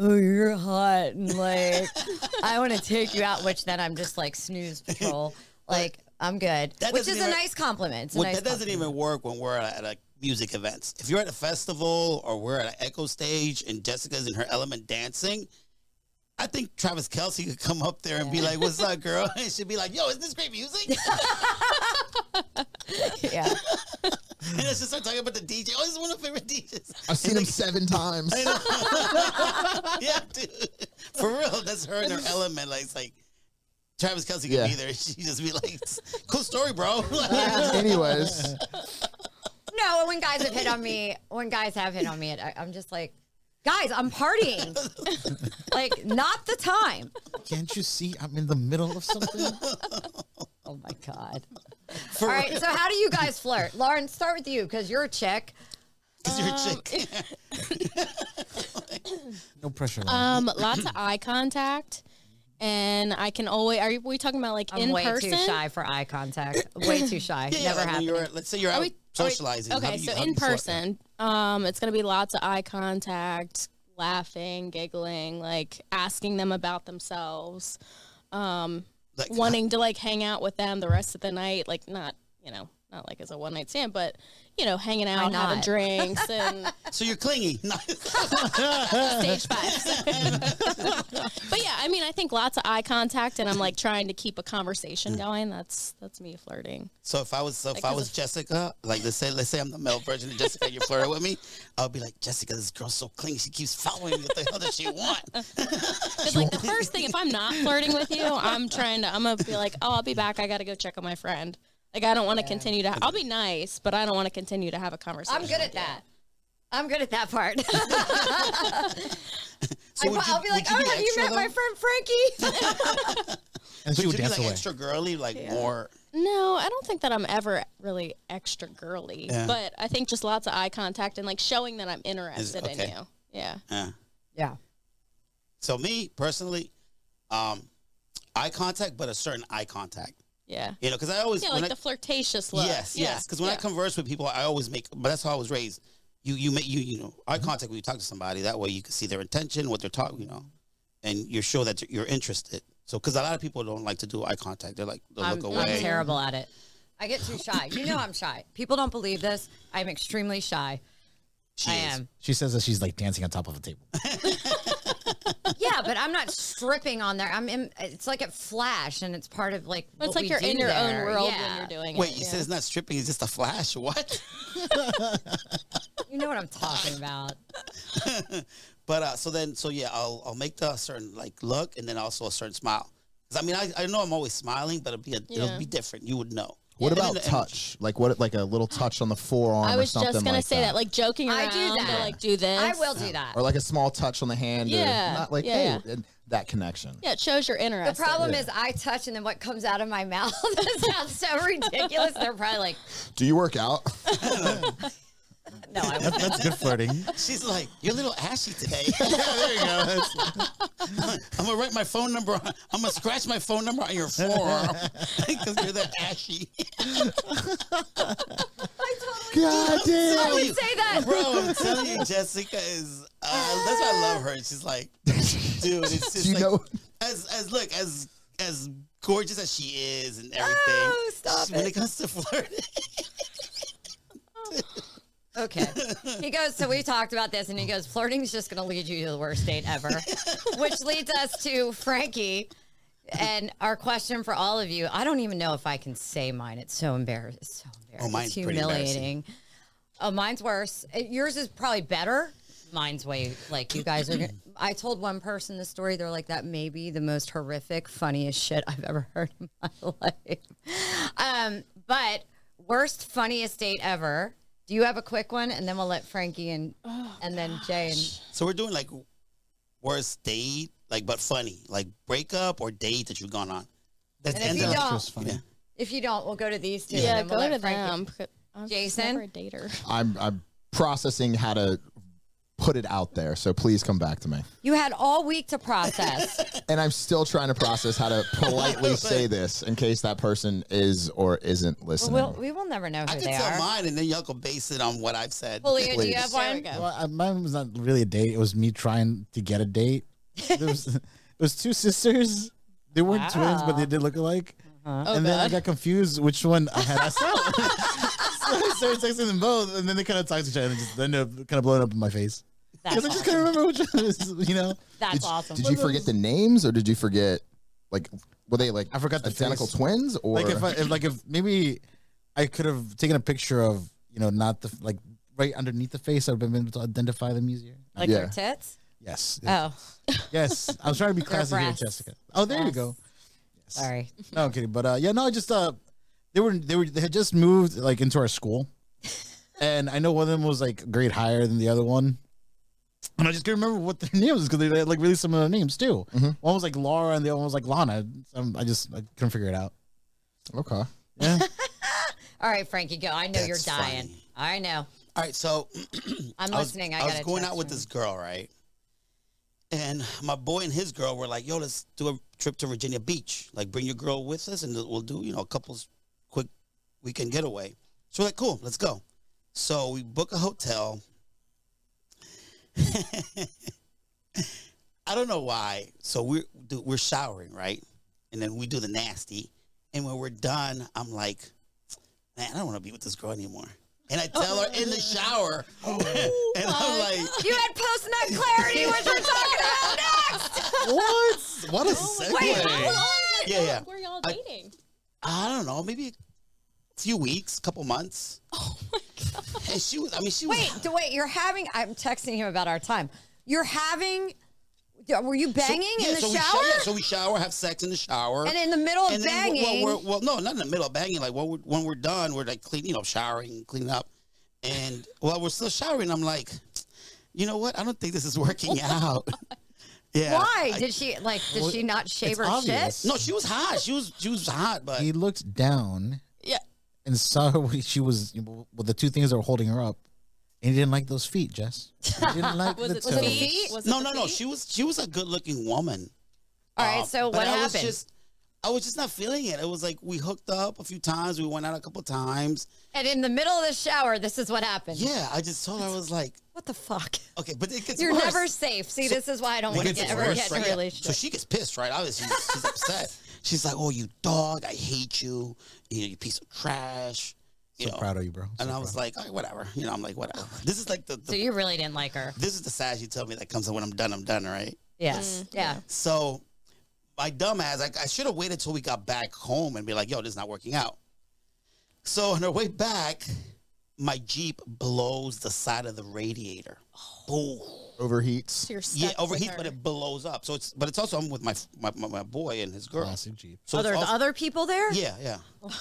B: Oh, you're hot, and like I want to take you out. Which then I'm just like snooze patrol. Like I'm good,
C: That
B: which is
C: doesn't
B: a
C: even-
B: nice compliment. It's a
C: Well,
B: nice
C: that doesn't
B: compliment.
C: even work when we're at a music events. If you're at a festival or we're at an echo stage and Jessica's in her element dancing, I think Travis Kelsey could come up there and be like, "What's up, girl?" and she'd be like, "Yo, is this great music?"
B: Yeah.
C: and then she start talking about the DJ. Oh, this is one of my favorite DJs.
E: I've seen him seven times.
C: yeah, dude, for real, that's her in her element. Like, it's like Travis Kelsey could
E: Yeah.
C: be there. She just be like, "Cool story, bro."
E: Anyways,
B: No, when guys have hit on me, when guys have hit on me, I, I'm just like, guys, I'm partying. like, not the time.
F: Can't you see I'm in the middle of something?
B: Oh my god.
C: for
B: All right. So, how do you guys flirt, Lauren? Start with you because you're a chick.
C: because you're
D: um,
C: a chick.
F: No pressure.
C: Uh,
F: Lauren.
D: Um, lots of eye contact, and I can always. Are we talking about like
B: I'm
D: in
B: way
D: person?
B: too shy for eye contact. Way too shy.
C: Yeah,
B: Never
C: like when
B: happened.
C: you're at- Let's say you're out
D: we- are we-
C: socializing. How
D: Okay,
C: do you-
D: so
C: how do
D: in
C: you flirt?
D: person, um, it's gonna be lots of eye contact, laughing, giggling, like asking them about themselves,
C: Like,
D: wanting to like hang out with them the rest of the night, like not you know not like as a one night stand, but you know hanging out, having
B: not?
D: drinks, and
C: So you're clingy. No.
D: stage five. but yeah, I mean, I think lots of eye contact, and I'm like trying to keep a conversation going. That's that's me flirting.
C: so if I was so if I
D: 'cause
C: was Jessica, like let's say let's say I'm the male version of Jessica, and you're flirting with me, I'll be like, Jessica, this girl's so clingy, she keeps following me. What the hell does she want?
D: Because like the first thing, if I'm not flirting with you, I'm trying to. I'm gonna be like, oh, I'll be back. I gotta go check on my friend. Like I don't want to continue to. I'll be nice, but I don't want to continue to have a conversation.
B: I'm good at
D: with you.
B: that. I'm good at that part.
C: So would
B: I'll be like,
C: would
B: oh,
C: be
B: have you
C: extra,
B: met my
C: though?
B: friend Frankie?
F: and she
C: Would you
F: would
C: be
F: dance
C: like
F: away.
C: extra girly, like more?
D: No, I don't think that I'm ever really extra girly,
C: Yeah.
D: but I think just lots of eye contact and like showing that I'm interested in
C: okay.
D: you. Yeah.
C: Yeah.
B: yeah.
C: So me personally, um, eye contact, but a certain eye contact.
D: Yeah.
C: You know, because I always
D: Yeah,
C: when
D: like
C: I-
D: the flirtatious look.
C: Yes, yes. Because when I
D: yeah.
C: converse with people, I always make. But that's how I was raised. You, you make you, you know, eye contact when you talk to somebody. That way, you can see their intention, what they're talking, you know, and you're sure that you're interested. So, because a lot of people don't like to do eye contact, they're like they
B: I'm,
C: look
B: I'm
C: away.
B: terrible at it. I get too shy. You know I'm shy. People don't believe this. I'm extremely shy.
C: She
B: I
C: is.
B: am.
F: She says that she's like dancing on top of a table.
B: Yeah, but I'm not stripping on there. I'm. In, it's like at Flash, and it's part of like.
D: But it's
B: what
D: like
B: we
D: you're
B: do
D: in your
B: there.
D: own world
B: Yeah.
D: when you're doing
C: Wait,
D: it.
C: you
D: yeah.
C: said it's not stripping; it's just a flash. What?
B: You know what I'm talking about.
C: But uh, so then, so yeah, I'll I'll make the certain like look, and then also a certain smile. 'Cause, I mean, I, I know I'm always smiling, but it'll be a,
D: Yeah.
C: it'll be different. You would know.
E: What
C: And then
E: about
C: the energy.
E: touch? Like what? Like a little touch on the forearm
D: I
E: or
D: was
E: something
D: just gonna
E: like
D: say that. like joking around,
B: I do
D: to,
B: that.
D: like do this.
B: I will do that.
E: or like a small touch on the hand.
D: Yeah,
E: Or not like
D: yeah,
E: hey, and that connection.
D: Yeah, it shows you're
B: The
D: interested.
B: problem is, I touch, and then what comes out of my mouth sounds so ridiculous. They're probably like,
E: Do you work out?
B: "No, I won't."
F: That's good flirting.
C: She's like, you're a little ashy today.
F: there you go. That's-
C: I'm gonna write my phone number. On, I'm gonna scratch my phone number on your forearm because you're that ashy,
B: I totally
E: God
B: I
E: damn.
B: would say that.
C: bro. I'm telling you, Jessica is. Uh, that's why I love her. She's like, dude, it's just
E: Do you
C: like
E: know?
C: as as look as as gorgeous as she is and everything.
B: Oh, stop
C: when it
B: it.
C: comes to flirting,
B: Okay. He goes, so we talked about this, and he goes, flirting is just going to lead you to the worst date ever, which leads us to Frankie and our question for all of you. I don't even know if I can say mine. It's so embarrassing. It's so
C: Oh, mine's
B: it's
C: pretty embarrassing.
B: humiliating. Oh, mine's worse. Uh, Yours is probably better. Mine's way like you guys are. gonna- I told one person the story. They're like, that may be the most horrific, funniest shit I've ever heard in my life. Um, but worst, funniest date ever. Do you have a quick one? And then we'll let Frankie and and then Jay and
C: So we're doing like worst date, like but funny, like breakup or date that you've gone on. That
B: And if you
C: up.
B: don't,
C: Yeah.
B: if you don't, we'll go to these two.
D: Yeah,
B: and then we'll
D: go
B: let
D: to
B: Frankie-
D: them. I'm
B: Jason?
D: never a dater.
E: I'm I'm processing how to put it out there. So please come back to me.
B: You had all week to process.
E: And I'm still trying to process how to politely say this in case that person is or isn't listening.
B: we'll, we will never know who
C: I can
B: they
C: tell
B: are.
C: mine, and then y'all can base it on what I've said.
B: Julia, do you have
D: There we
B: one?
D: go.
F: Well, I, mine was not really a date. It was me trying to get a date. There was, it was two sisters. They weren't twins, but they did look alike. and then I got confused which one I had asked out. so I started texting them both, and then they kind of talked to each other and just they ended up kind of blowing up in my face.
B: That's
F: Because I just couldn't remember which one it was, you know?
B: That's
E: did,
B: awesome.
E: Did you forget the names or did you forget like were they like
F: I forgot the
E: identical
F: face.
E: twins or
F: Like if, I, if like if maybe I could have taken a picture of you know not the like right underneath the face, I'd have been able to identify them easier.
B: Like
E: Yeah.
B: your tits?
F: Yes,
B: Oh,
F: yes. I was trying to be classy here,
B: breasts.
F: Jessica. Oh, there you go.
B: sorry.
F: No, I'm kidding. But uh, yeah, no, just uh, they were they were they had just moved like into our school, and I know one of them was like a grade higher than the other one, and I just can't remember what their names because they had like really similar names too.
C: Mm-hmm.
F: One was like Laura, and the other one was like Lana. Um, I just I couldn't figure it out.
E: okay.
F: Yeah,
B: All right, Frankie, go. I know you're
C: That's
B: dying.
C: funny.
B: I know.
C: All right, so
B: I'm
C: was-
B: listening.
C: I
B: I,
C: was,
B: got to
C: going out with this girl, right? And my boy and his girl were like, "Yo, let's do a trip to Virginia Beach. Like, bring your girl with us, and we'll do you know a couple's quick weekend getaway." So we're like, "Cool, let's go." So we book a hotel. I don't know why. So we're dude, we're showering, right? And then we do the nasty. And when we're done, I'm like, "Man, I don't want to be with this girl anymore." And I tell her in the shower, and
B: Oh
C: I'm like,
B: You had post nut clarity, which we're talking about next.
E: What? What a
B: Oh, Wait,
E: segue.
B: hold on.
C: Yeah, yeah.
D: Were y'all
C: I-
D: dating?
C: I don't know, maybe a few weeks, couple months. Oh my god! And she was. I mean, she was.
B: Wait, d- wait. You're having. I'm texting him about our time. You're having. yeah, Were you
C: So-
B: banging
C: yeah,
B: in the
C: so
B: shower?
C: We, sho- yeah, so we shower, have sex in the shower,
B: and in the middle of
C: and then we-
B: banging.
C: Well, we're, well, no, not in the middle of banging. Like when we're, when we're done, we're like clean, you know, showering, cleaning up, and while we're still showering, I'm like, you know what? I don't think this is working out. yeah.
B: Why
C: I-
B: did she like? Did she not shave her
F: obvious.
B: shit?
C: no, she was hot. She was. She was hot, but
F: he looked down
D: Yeah.
F: and saw what she was. You know, well, the two things that were holding her up, and he didn't like those feet, Jess. He didn't like
D: Was
F: the
D: it the
F: toes.
D: feet? Was it
C: no,
D: the
C: no, no.
D: feet?
C: She was. She was a good-looking woman.
B: All
C: Um,
B: right. So
C: but
B: what
C: I
B: happened?
C: Was just, I was just not feeling it. It was like we hooked up a few times. We went out a couple times.
B: and in the middle of the shower, this is what happened.
C: Yeah, I just told her I was like,
B: What the fuck?
C: okay, but it gets
B: You're
C: worse.
B: never safe. See, this is why I don't
C: But
B: want
C: it
B: to
C: gets
B: ever
C: worse,
B: get in
C: right?
B: a
C: Yeah.
B: relationship.
C: So she gets pissed, right? Obviously, she's, she's upset. She's like, "Oh, you dog! I hate you! You know, you piece of trash!" You
F: So
C: know.
F: proud of you, bro. So
C: and I
F: proud.
C: was like, "All right, whatever." You know, I'm like, "Whatever." This is like the, the
B: Oh. So you really didn't like her.
C: this is the size you tell me that comes in when I'm done. I'm done, right?
B: Yes. Mm-hmm. Yeah.
C: So my dumbass, I, I should have waited till we got back home and be like, yo, this is not working out. So on our way back, my Jeep blows the side of the radiator.
B: Oh,
C: Boom.
E: Overheats.
D: So you're
C: Yeah,
D: stuck with
C: overheats,
D: her.
C: but it blows up. So it's, but it's also I'm with my my, my, my boy and his girl.
F: classic Jeep.
C: So
B: oh,
C: it's
B: there's
C: also-
B: other people there?
C: yeah, yeah.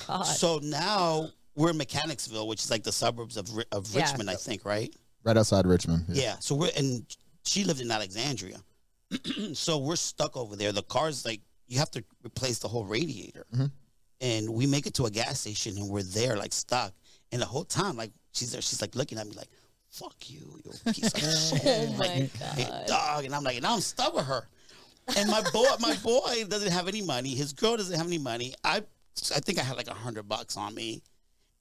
B: God.
C: So now we're in Mechanicsville, which is like the suburbs of Ri- of
B: Yeah.
C: Richmond, I think, right?
E: Right outside Richmond.
C: Yeah. So we're and she lived in Alexandria, so we're stuck over there. The car's like you have to replace the whole radiator,
D: Mm-hmm.
E: Mhm.
C: and we make it to a gas station and we're there like stuck. And the whole time, like she's there, she's like looking at me like, "Fuck you, you piece of shit,
D: Oh my
C: like, hey,
D: god.
C: dog." And I'm like, and I'm stuck with her. And my boy, my boy doesn't have any money. His girl doesn't have any money. I, I think I had like a hundred bucks on me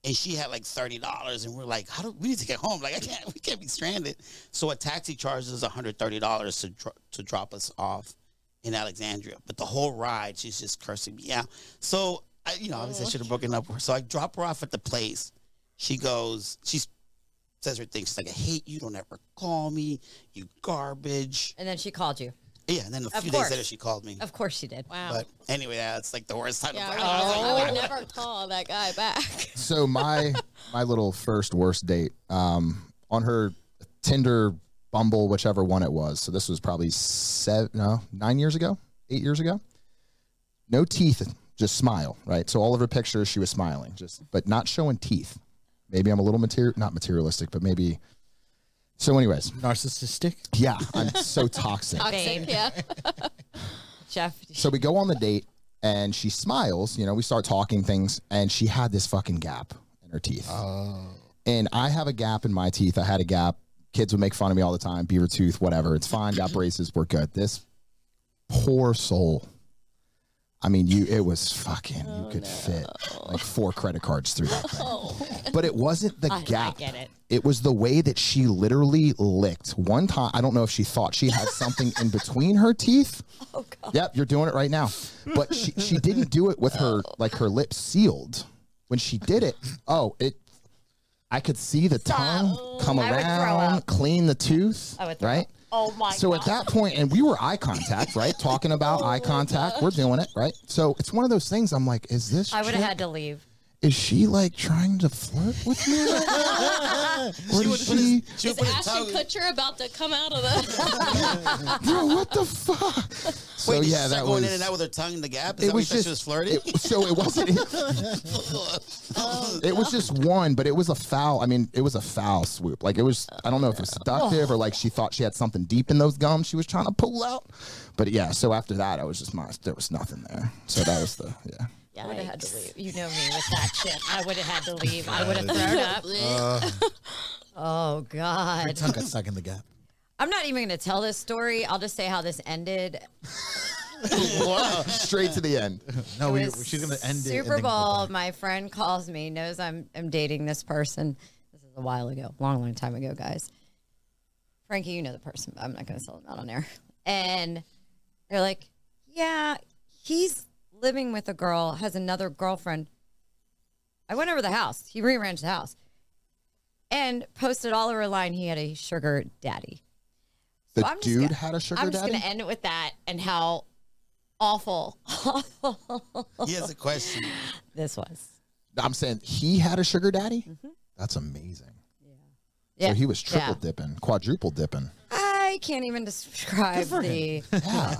C: and she had like thirty dollars, and we're like, "How do we need to get home? Like, I can't, we can't be stranded." So a taxi charges us one hundred thirty dollars to dro- to drop us off in Alexandria. But the whole ride, she's just cursing me out. So I, you know, obviously I should have broken up with her. So I drop her off at the place. She goes, she says her thing. She's like, "I hate you. Don't ever call me. You garbage."
B: And then she called you.
C: Yeah, and then a few days
B: course.
C: later she called me.
B: Of course she did.
D: Wow.
C: But anyway, that's like the worst time.
D: yeah,
C: of
D: I
C: my
D: would,
C: life.
D: never, I would never call that guy back.
E: So my my little first worst date um, on her Tinder, Bumble, whichever one it was. So this was probably seven, no, nine years ago, eight years ago. No teeth, just smile, right? So all of her pictures, she was smiling, just but not showing teeth. Maybe I'm a little material, not materialistic, but maybe. So, anyways,
F: Narcissistic.
E: yeah, I'm so toxic.
D: Toxic, yeah.
B: Jeff,
E: So we go on the date and she smiles, you know, we start talking things and she had this fucking gap in her teeth. And I have a gap in my teeth. I had a gap. Kids would make fun of me all the time, beaver tooth, whatever. It's fine. Got braces. We're good. This poor soul. I mean, you it was fucking
B: Oh,
E: you could fit like four credit cards through that thing. But it wasn't the gap.
B: get it.
E: It was the way that she literally licked one time. I don't know if she thought she had something in between her teeth. Oh god. Yep, you're doing it right now. But she she didn't do it with her like her lips sealed. When she did it, oh, it I could see the tongue come
B: I would throw
E: around,
B: up.
E: clean the tooth,
B: I would throw
E: right?
B: up. Oh my
E: So at that point, and we were eye contact, right? Talking about eye
C: Oh,
E: contact, we're doing it, right? So it's one of those things. I'm like, is this?
B: I would
E: chick-
B: have had to leave.
E: Is she like trying to flirt with me? or is she?
C: She would
D: Is
C: put her
D: Ashton
C: tongue-
D: Kutcher about to come out of the?
E: Bro, what the fuck? So
C: Wait, did she
E: yeah,
C: start
E: that
C: going
E: was.
C: in and out with her tongue in the gap. Is
E: it
C: that what you
E: was
C: said
E: just
C: she was flirting.
E: it- so it wasn't. It, it was just one, but it was a foul. I mean, it was a foul swoop. Like it was. I don't know if it was seductive or like she thought she had something deep in those gums she was trying to pull out. But yeah, so after that, I was just my. There was nothing there. So that was the yeah.
B: Yeah, I would have had to leave. You know me with that shit. I would have had to leave. I would have thrown up.
C: Uh,
B: Oh
F: Your
B: God.
F: tongue got stuck in the gap.
B: I'm not even gonna tell this story. I'll just say how this ended.
E: Straight to the end.
F: No, Oh, we,
B: It was
F: she's gonna end it. and
B: Super
F: then go
B: Bowl.
F: back.
B: My friend calls me, knows I'm I'm dating this person. This is a while ago, long, long time ago, guys. Frankie, you know the person, but I'm not gonna sell them out on air. And they're like, Yeah, he's living with a girl, has another girlfriend. I went over the house. He rearranged the house. And posted all over a line he had a sugar daddy.
E: The
B: So I'm just
E: dude
B: gonna-
E: had a sugar
B: I'm just
E: daddy.
B: gonna end it with that and how awful
C: He has a question.
B: this was.
E: I'm saying he had a sugar daddy. That's amazing.
B: Mm-hmm. Yeah.
E: So he was triple
B: Yeah.
E: dipping, quadruple dipping.
B: I can't even describe the
E: Yeah.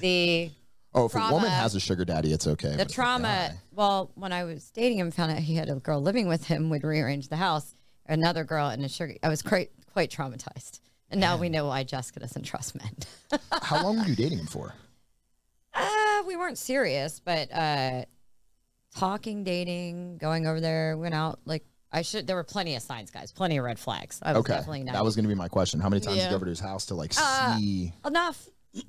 B: the
E: Oh, if a woman
B: Trauma.
E: has a sugar daddy, it's okay.
B: the
E: but if a
B: trauma.
E: guy-
B: Well, when I was dating him, found out he had a girl living with him. Would rearrange the house. Another girl and a sugar. I was quite quite traumatized, and now we know why Jessica doesn't trust men.
E: How long were you dating him for?
B: uh, we weren't serious, but uh, talking, dating, going over there, went out. Like I should. There were plenty of signs, guys. Plenty of red flags. I was
E: Okay.
B: definitely not.
E: That was going to be my question. How many times did you
D: Yeah.
E: go over to his house to like see?
B: enough.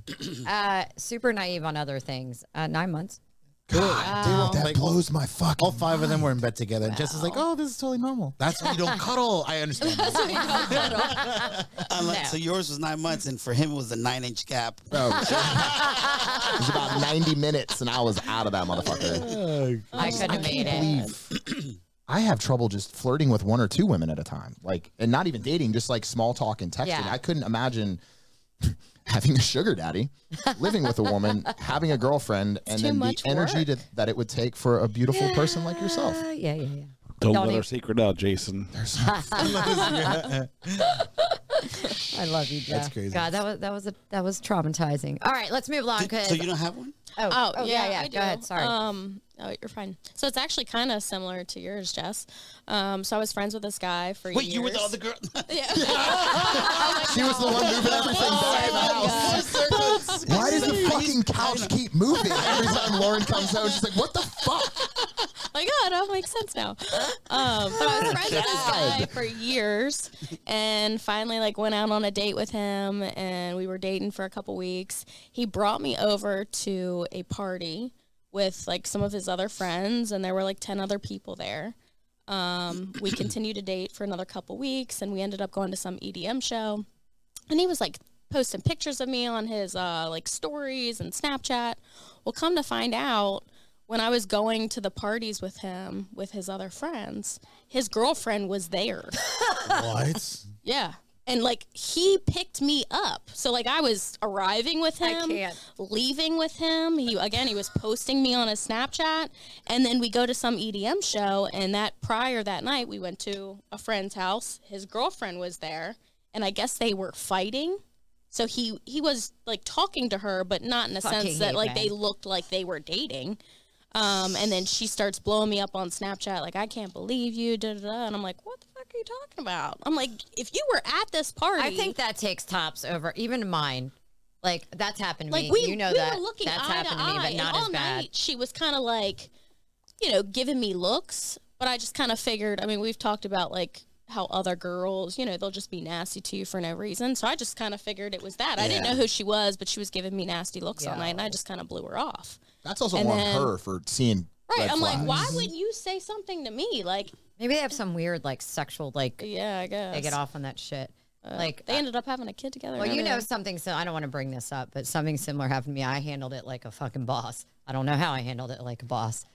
B: uh, super naive on other things. Uh, nine months.
E: God, dude, that
F: Like,
E: blows my fucking.
F: All five of them were in bed together. and Jess is like, "Oh, this is totally normal." That's why you don't cuddle. I understand.
C: Unlike- So yours was nine months, and for him it was a nine-inch gap.
E: Oh, shit. it was about 90 minutes and I was out of that motherfucker.
B: I couldn't have made it. Uh,
E: I have trouble just flirting with one or two women at a time. Like, and not even dating, just like small talk and texting.
B: Yeah.
E: I couldn't imagine having a sugar daddy, living with a woman, having a girlfriend, and then the
D: much
E: energy to, that it would take for a beautiful person like yourself.
B: Uh, yeah, yeah, yeah. Don't
G: Don't, let
B: even-
G: our secret out, Jason.
B: I love you, Jeff.
F: crazy.
B: God, that was that was a, that was traumatizing. All right, let's move along.
C: Did-
B: 'cause-
C: so you don't have one?
B: oh,
D: Oh,
B: oh, yeah, yeah.
D: I
B: Go
D: do.
B: ahead. Sorry.
D: Um, oh, you're fine. So it's actually kind of similar to yours, Jess. Um, so I was friends with this guy for
C: Wait,
D: years.
C: you were the other girl.
E: She was the one moving everything back in the house. Why does the fucking couch keep moving every time Lauren comes out? She's like, what the fuck?
D: my god, that makes sense now. Um, but I was friends with this guy for years, and finally, like, went out on a date with him, and we were dating for a couple weeks. He brought me over to a party with like some of his other friends, and there were like ten other people there. Um, we continued to date for another couple weeks, and we ended up going to some EDM show, and he was like posting pictures of me on his uh, like stories and Snapchat. Well, come to find out, when I was going to the parties with him with his other friends, his girlfriend was there.
F: what?
D: Yeah. and like he picked me up. So like I was arriving with
B: I
D: him,
B: can't.
D: leaving with him. He again he was posting me on a Snapchat, and then we go to some EDM show, and that prior that night we went to a friend's house. His girlfriend was there, and I guess they were fighting. So he he was like talking to her, but not in the
B: Fucking
D: sense that
B: hate
D: like they
B: men.
D: looked like they were dating. Um, and then she starts blowing me up on Snapchat, like, I can't believe you, da da da. And I'm like, what the fuck are you talking about? I'm like, if you were at this party,
B: I think that takes tops over even mine. Like that's happened to
D: like
B: me.
D: we,
B: you know
D: we
B: that
D: were looking
B: that's
D: eye to
B: happened to
D: eye.
B: me, but
D: and
B: not
D: all
B: as bad.
D: night, she was kind of like, you know, giving me looks. But I just kind of figured, I mean, we've talked about like how other girls, you know, they'll just be nasty to you for no reason. So I just kind of figured it was that. I didn't
C: Yeah.
D: know who she was, but she was giving me nasty looks all
B: Yeah.
D: night, and I just kind of blew her off.
E: That's also
D: And
E: on
D: then-
E: her for seeing.
D: Right.
E: red
D: I'm like,
E: flags.
D: why wouldn't you say something to me? Like,
B: Maybe they have some weird like sexual like
D: yeah, I guess
B: they get off on that shit. like
D: Uh, They ended up having a kid together.
B: Well,
D: and
B: you know
D: everything.
B: something. So I don't want to bring this up, but something similar happened to me. I handled it like a fucking boss. I don't know how I handled it like a boss.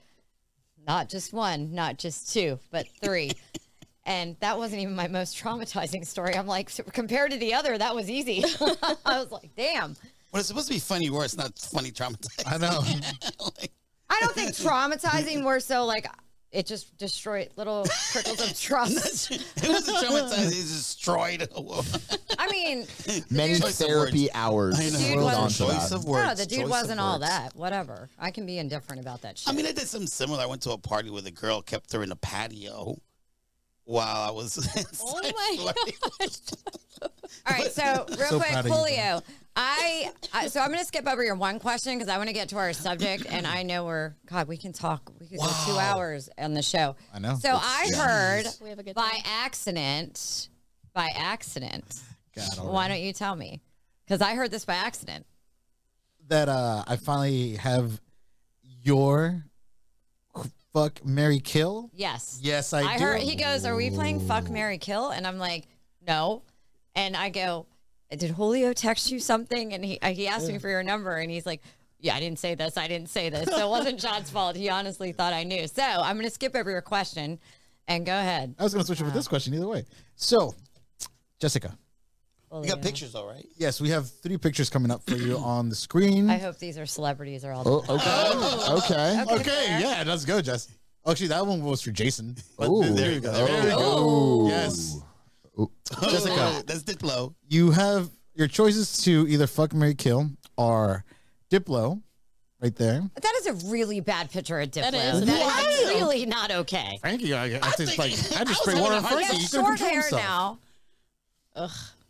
B: Not just one, not just two, but three. and that wasn't even my most traumatizing story. I'm like, so compared to the other, that was easy. I was like, damn.
C: Well, it's supposed to be funny worse, not funny traumatized.
F: I know.
C: like,
B: I don't think traumatizing were so like it just destroyed little prickles of trust.
C: it wasn't traumatized. It destroyed a woman.
B: I mean,
E: Many
C: Choice of
E: therapy
C: words.
E: hours.
C: I know.
E: goes
B: Dude was-
E: onto
C: choice
E: that.
C: of words.
B: no, the
C: choice
B: dude
C: of
B: wasn't all
C: words.
B: that. Whatever. I can be indifferent about that shit.
C: I mean, I did something similar. I went to a party with a girl, kept her in the patio while I was.
D: Oh
C: inside
D: my
C: flirting.
B: All right, so real
F: So
B: quick,
F: proud of you,
B: Julio, I, I so I'm gonna skip over your one question because I want to get to our subject, and I know we're God, we can talk, we could go two hours on the show.
F: I know.
B: So I heard
D: We have a good
B: by
D: time.
B: accident, by accident.
F: God, all
B: Why don't you tell me? Because I heard this by accident.
F: that uh, I finally have your fuck Mary kill.
B: Yes.
F: Yes, I,
B: I
F: do.
B: heard he goes, "Are we playing Fuck Mary Kill?" And I'm like, "No," and I go, "Did Julio text you something?" And he he asked me for your number, and he's like, "Yeah, I didn't say this. I didn't say this. So it wasn't John's fault. He honestly thought I knew." So I'm gonna skip over your question and go ahead.
F: I was gonna switch up with this question either way. So, Jessica,
C: You got pictures, though, right?
F: yes, we have three pictures coming up for you on the screen.
B: I hope these are celebrities or all.
E: Oh, okay. Okay.
F: okay, yeah, let's go, Jess. Actually, that one was for Jason. But
E: Ooh.
F: there you go. There you
E: Oh.
F: go. Yes. Uh,
C: Jessica. That's Diplo.
F: you have your choices to either fuck Mary Kill or Diplo right there.
B: That is a really bad picture of Diplo.
D: That
B: That
D: is.
B: is,
C: Wow.
B: really not okay.
F: Frankie, I, I, just like I just spray
C: having
F: water
C: a
F: on
C: hard
B: He
F: Frankie.
B: has
F: He couldn't
B: short
F: control
B: hair
F: himself.
B: now.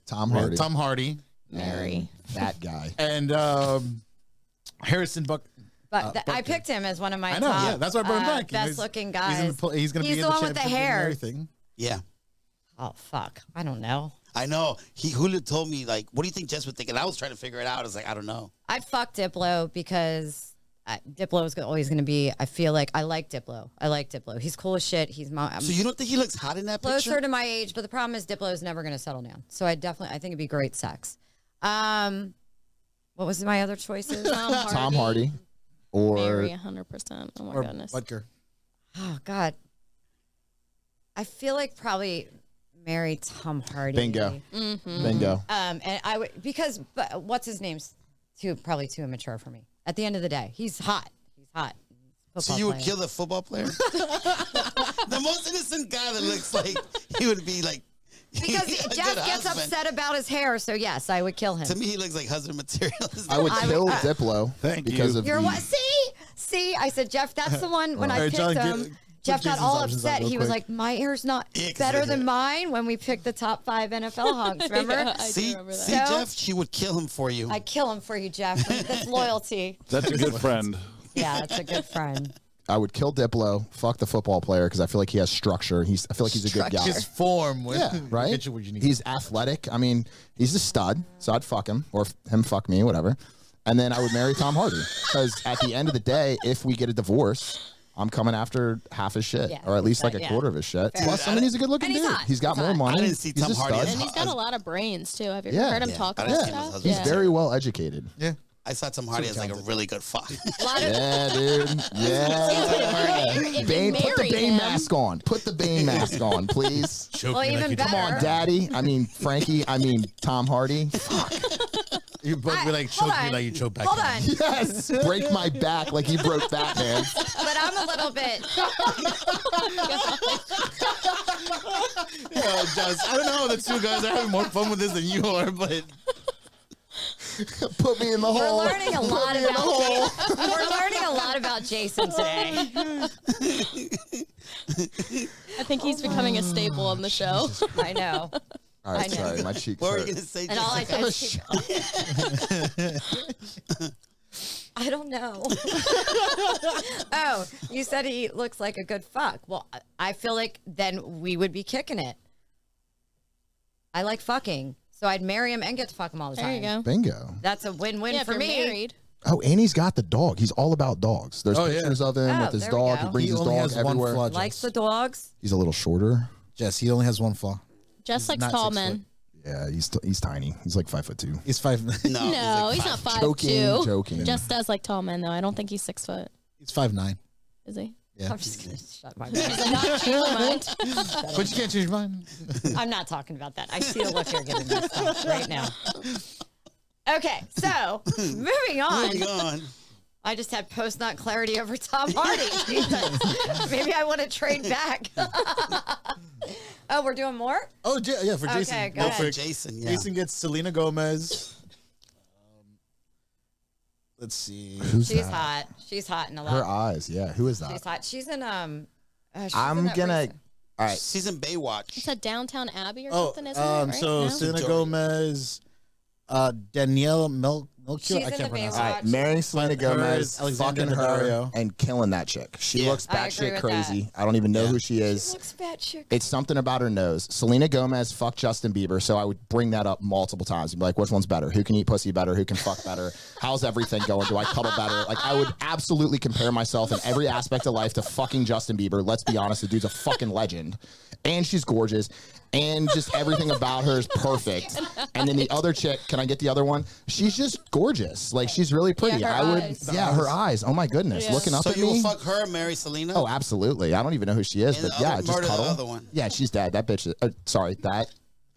E: Tom
F: Yeah,
E: Hardy.
F: Tom Hardy
D: Mary.
E: That guy.
F: and um, Harrison Buck.
B: But th- I picked him as one of my
F: Uh, I know.
B: top,
F: yeah, that's why I brought him
B: uh,
F: back. You know,
B: best
F: he's-
B: looking
F: He's,
B: guys.
F: in the, pl- he's gonna
B: He's
F: be
B: the
F: in
B: one
F: the
B: with the
F: championship and
B: hair.
F: everything.
C: Yeah.
B: oh fuck, I don't know.
C: I know. He Julio told me like, "What do you think Jess would think?" And I was trying to figure it out. I was like, "I don't know."
B: I fuck Diplo because uh, Diplo is always going to be. I feel like I like Diplo. I like Diplo. He's cool as shit. He's my I'm
C: So you don't think he looks hot in that
B: closer
C: picture?
B: to my age, but the problem is Diplo is never going to settle down. So I definitely I think it'd be great sex. Um, what was my other choices?
D: Tom,
E: Tom Hardy. Or
D: Mary, 100%. Oh my
F: Or
D: goodness.
F: Butker.
B: oh God, I feel like probably marry Tom Hardy.
E: Bingo. Bingo.
B: Um, and I would because but what's his name's too probably too immature for me. At the end of the day, he's hot. He's hot.
C: So
B: Football
C: you would
B: player.
C: kill the football player? the most innocent guy that looks like he would be like.
B: Because
C: a good
B: Jeff gets
C: husband.
B: upset about his hair, so yes, I would kill him.
C: To me, he looks like husband material.
E: I would
B: I-
E: kill
B: I-
E: Diplo
F: Thank
E: because
F: you.
E: of
B: You're
E: the,
B: what? See, see, I said Jeff. That's the one. When I
F: Alright,
B: picked
F: John, get- uh,
B: him,
F: put
B: Jeff got
F: Jason's
B: all
F: options
B: upset.
F: up real
B: He was
F: quick.
B: like, "My hair's not
C: Yeah, 'cause
B: better
C: they're
B: than
C: good.
B: mine." When we picked the top five NFL honks, remember?
D: Yeah, I do
C: see,
D: remember that.
C: see,
B: So-
C: Jeff, she would kill him for you.
B: I kill him for you, Jeff. That's loyalty.
G: That's a good friend.
B: Yeah, that's a good friend.
E: I would kill Diplo. Fuck the football player because I feel like he has structure. He's I feel like he's a good guy.
F: His form was
E: Yeah, right.
F: Get you what you need.
E: He's athletic. I mean, he's a stud. So I'd fuck him or f- him fuck me, whatever. And then I would marry Tom Hardy because at the end of the day, if we get a divorce, I'm coming after half his shit,
B: Yeah,
E: or at least like a
B: exactly, yeah.
E: quarter of his shit.
B: Fair.
E: Plus, I mean, he's a good-looking
B: And
E: dude.
B: he's hot.
E: he's got
B: He's
E: more
B: hot.
E: money.
C: I didn't see
E: he's
C: Tom
E: a
C: Hardy
E: stud.
C: as
D: And he's got a lot of brains too. Have you ever
E: Yeah.
D: heard him
C: Yeah,
D: talk
C: I
D: about
C: didn't see him as
D: stuff?
C: husband.
E: He's
D: Yeah.
E: very well educated.
F: yeah.
C: I thought Tom Hardy is like a really good fuck.
D: A lot of
E: Yeah, dude. Yeah.
D: If they
E: Bane, put the
D: marry
E: Bane
D: him-
E: mask on. Put the Bane mask on, please.
F: Choke
B: Well,
F: me
B: even
F: like you
B: better.
E: Come on, Daddy. I mean Frankie. I mean Tom Hardy.
F: You both
B: I-
F: be like, choke
B: hold
F: me
B: on.
F: like you choke back.
B: Hold on,
E: Yes. Break my back like you broke Batman.
B: but I'm a little bit.
F: Yeah, just, I don't know. The two guys are having more fun with this than you are, but
E: Put me in the
B: We're
E: hole.
B: learning a lot about. Jason. We're learning a lot about Jason today.
D: I think he's becoming a staple on the show.
B: I know,
E: All right,
B: I know.
E: sorry, my cheeks
C: what were you
E: hurt.
C: gonna say?
B: and all I
C: Jessica?
B: can. I don't know. oh, you said he looks like a good fuck. Well, I feel like then we would be kicking it. I like fucking, so I'd marry him and get to fuck him all the
D: There
B: time.
D: you go.
E: Bingo.
B: That's a win-win
D: Yeah, if
B: for
D: you're
B: me.
D: married.
E: Oh, and he's got the dog. He's all about dogs. There's
F: Oh, yeah.
E: pictures of him
B: Oh,
E: with his
B: there we
E: dog.
B: go.
E: He brings
F: He
E: his
F: only
E: dog
F: has one
E: everywhere.
F: flaw.
B: Likes the dogs.
E: He's a little shorter.
F: Jess, he only has one flaw.
D: Just like
F: not
D: tall
F: six
D: men.
F: foot.
E: Yeah, he's t- he's tiny. He's like five foot two.
F: He's five.
B: Oh,
C: No,
D: No, he's not five
E: Joking,
D: two.
E: joking.
D: Just does like tall men though. I don't think he's six foot.
F: He's five nine.
D: Is he?
F: Yeah.
B: I'm just gonna shut my mouth.
F: But you can't change mine.
B: I'm not talking about that. I see the look you're giving me Scott, right now. Okay, so moving on.
C: Moving on.
B: I just had post not clarity over Tom Hardy. Jesus. Maybe I want to trade back. oh, we're doing more?
F: Oh, J- yeah, for Jason.
B: Okay, go
F: real
B: ahead.
F: quick.
C: Jason, yeah.
F: Jason gets Selena Gomez. Um, let's see.
E: Who's
B: She's
E: that?
B: hot. She's hot in a
E: Her
B: lot.
E: eyes. Yeah, who is
B: She's
E: that?
B: hot. She's in um uh, she's in
E: I'm
B: that
E: gonna.
B: recent-
E: All right.
C: She's in Baywatch.
D: It's a downtown Abbey or
F: Oh,
D: something, isn't
F: um,
D: it? Right?
F: so
D: No?
F: Selena
C: Victoria.
F: Gomez, uh, Danielle Mel-
B: She's
F: Melchior. I
B: in the
F: can't pronounce
E: All
F: it.
B: Baywatch.
E: right, marrying Selena Gomez,
F: is Alexandra
E: fucking her,
F: Daddario.
E: and killing that chick. She
C: Yeah.
E: looks
B: I agree
E: batshit
B: with that.
E: crazy. I don't even know who she is.
B: Looks bad chick.
E: It's something about her nose. Selena Gomez fucked Justin Bieber, so I would bring that up multiple times and be like, which one's better? Who can eat pussy better? Who can fuck better? How's everything going? Do I cuddle better? Like, I would absolutely compare myself in every aspect of life to fucking Justin Bieber. Let's be honest, the dude's a fucking legend. And she's gorgeous. And just everything about her is perfect. And then the other chick, can I get the other one? She's just gorgeous. Like, she's really pretty.
D: her
E: I would,
D: eyes.
E: yeah, her eyes. Oh my goodness.
D: Yeah.
E: Looking up
C: So
E: at
C: you will
E: me.
C: fuck her, marry Selena.
E: Oh, absolutely. I don't even know who she is,
C: And
E: but
C: the
E: yeah,
C: other-
E: just
C: murder the
E: cuddle.
C: other one.
E: Yeah, she's dead. That bitch. Is, uh, sorry, that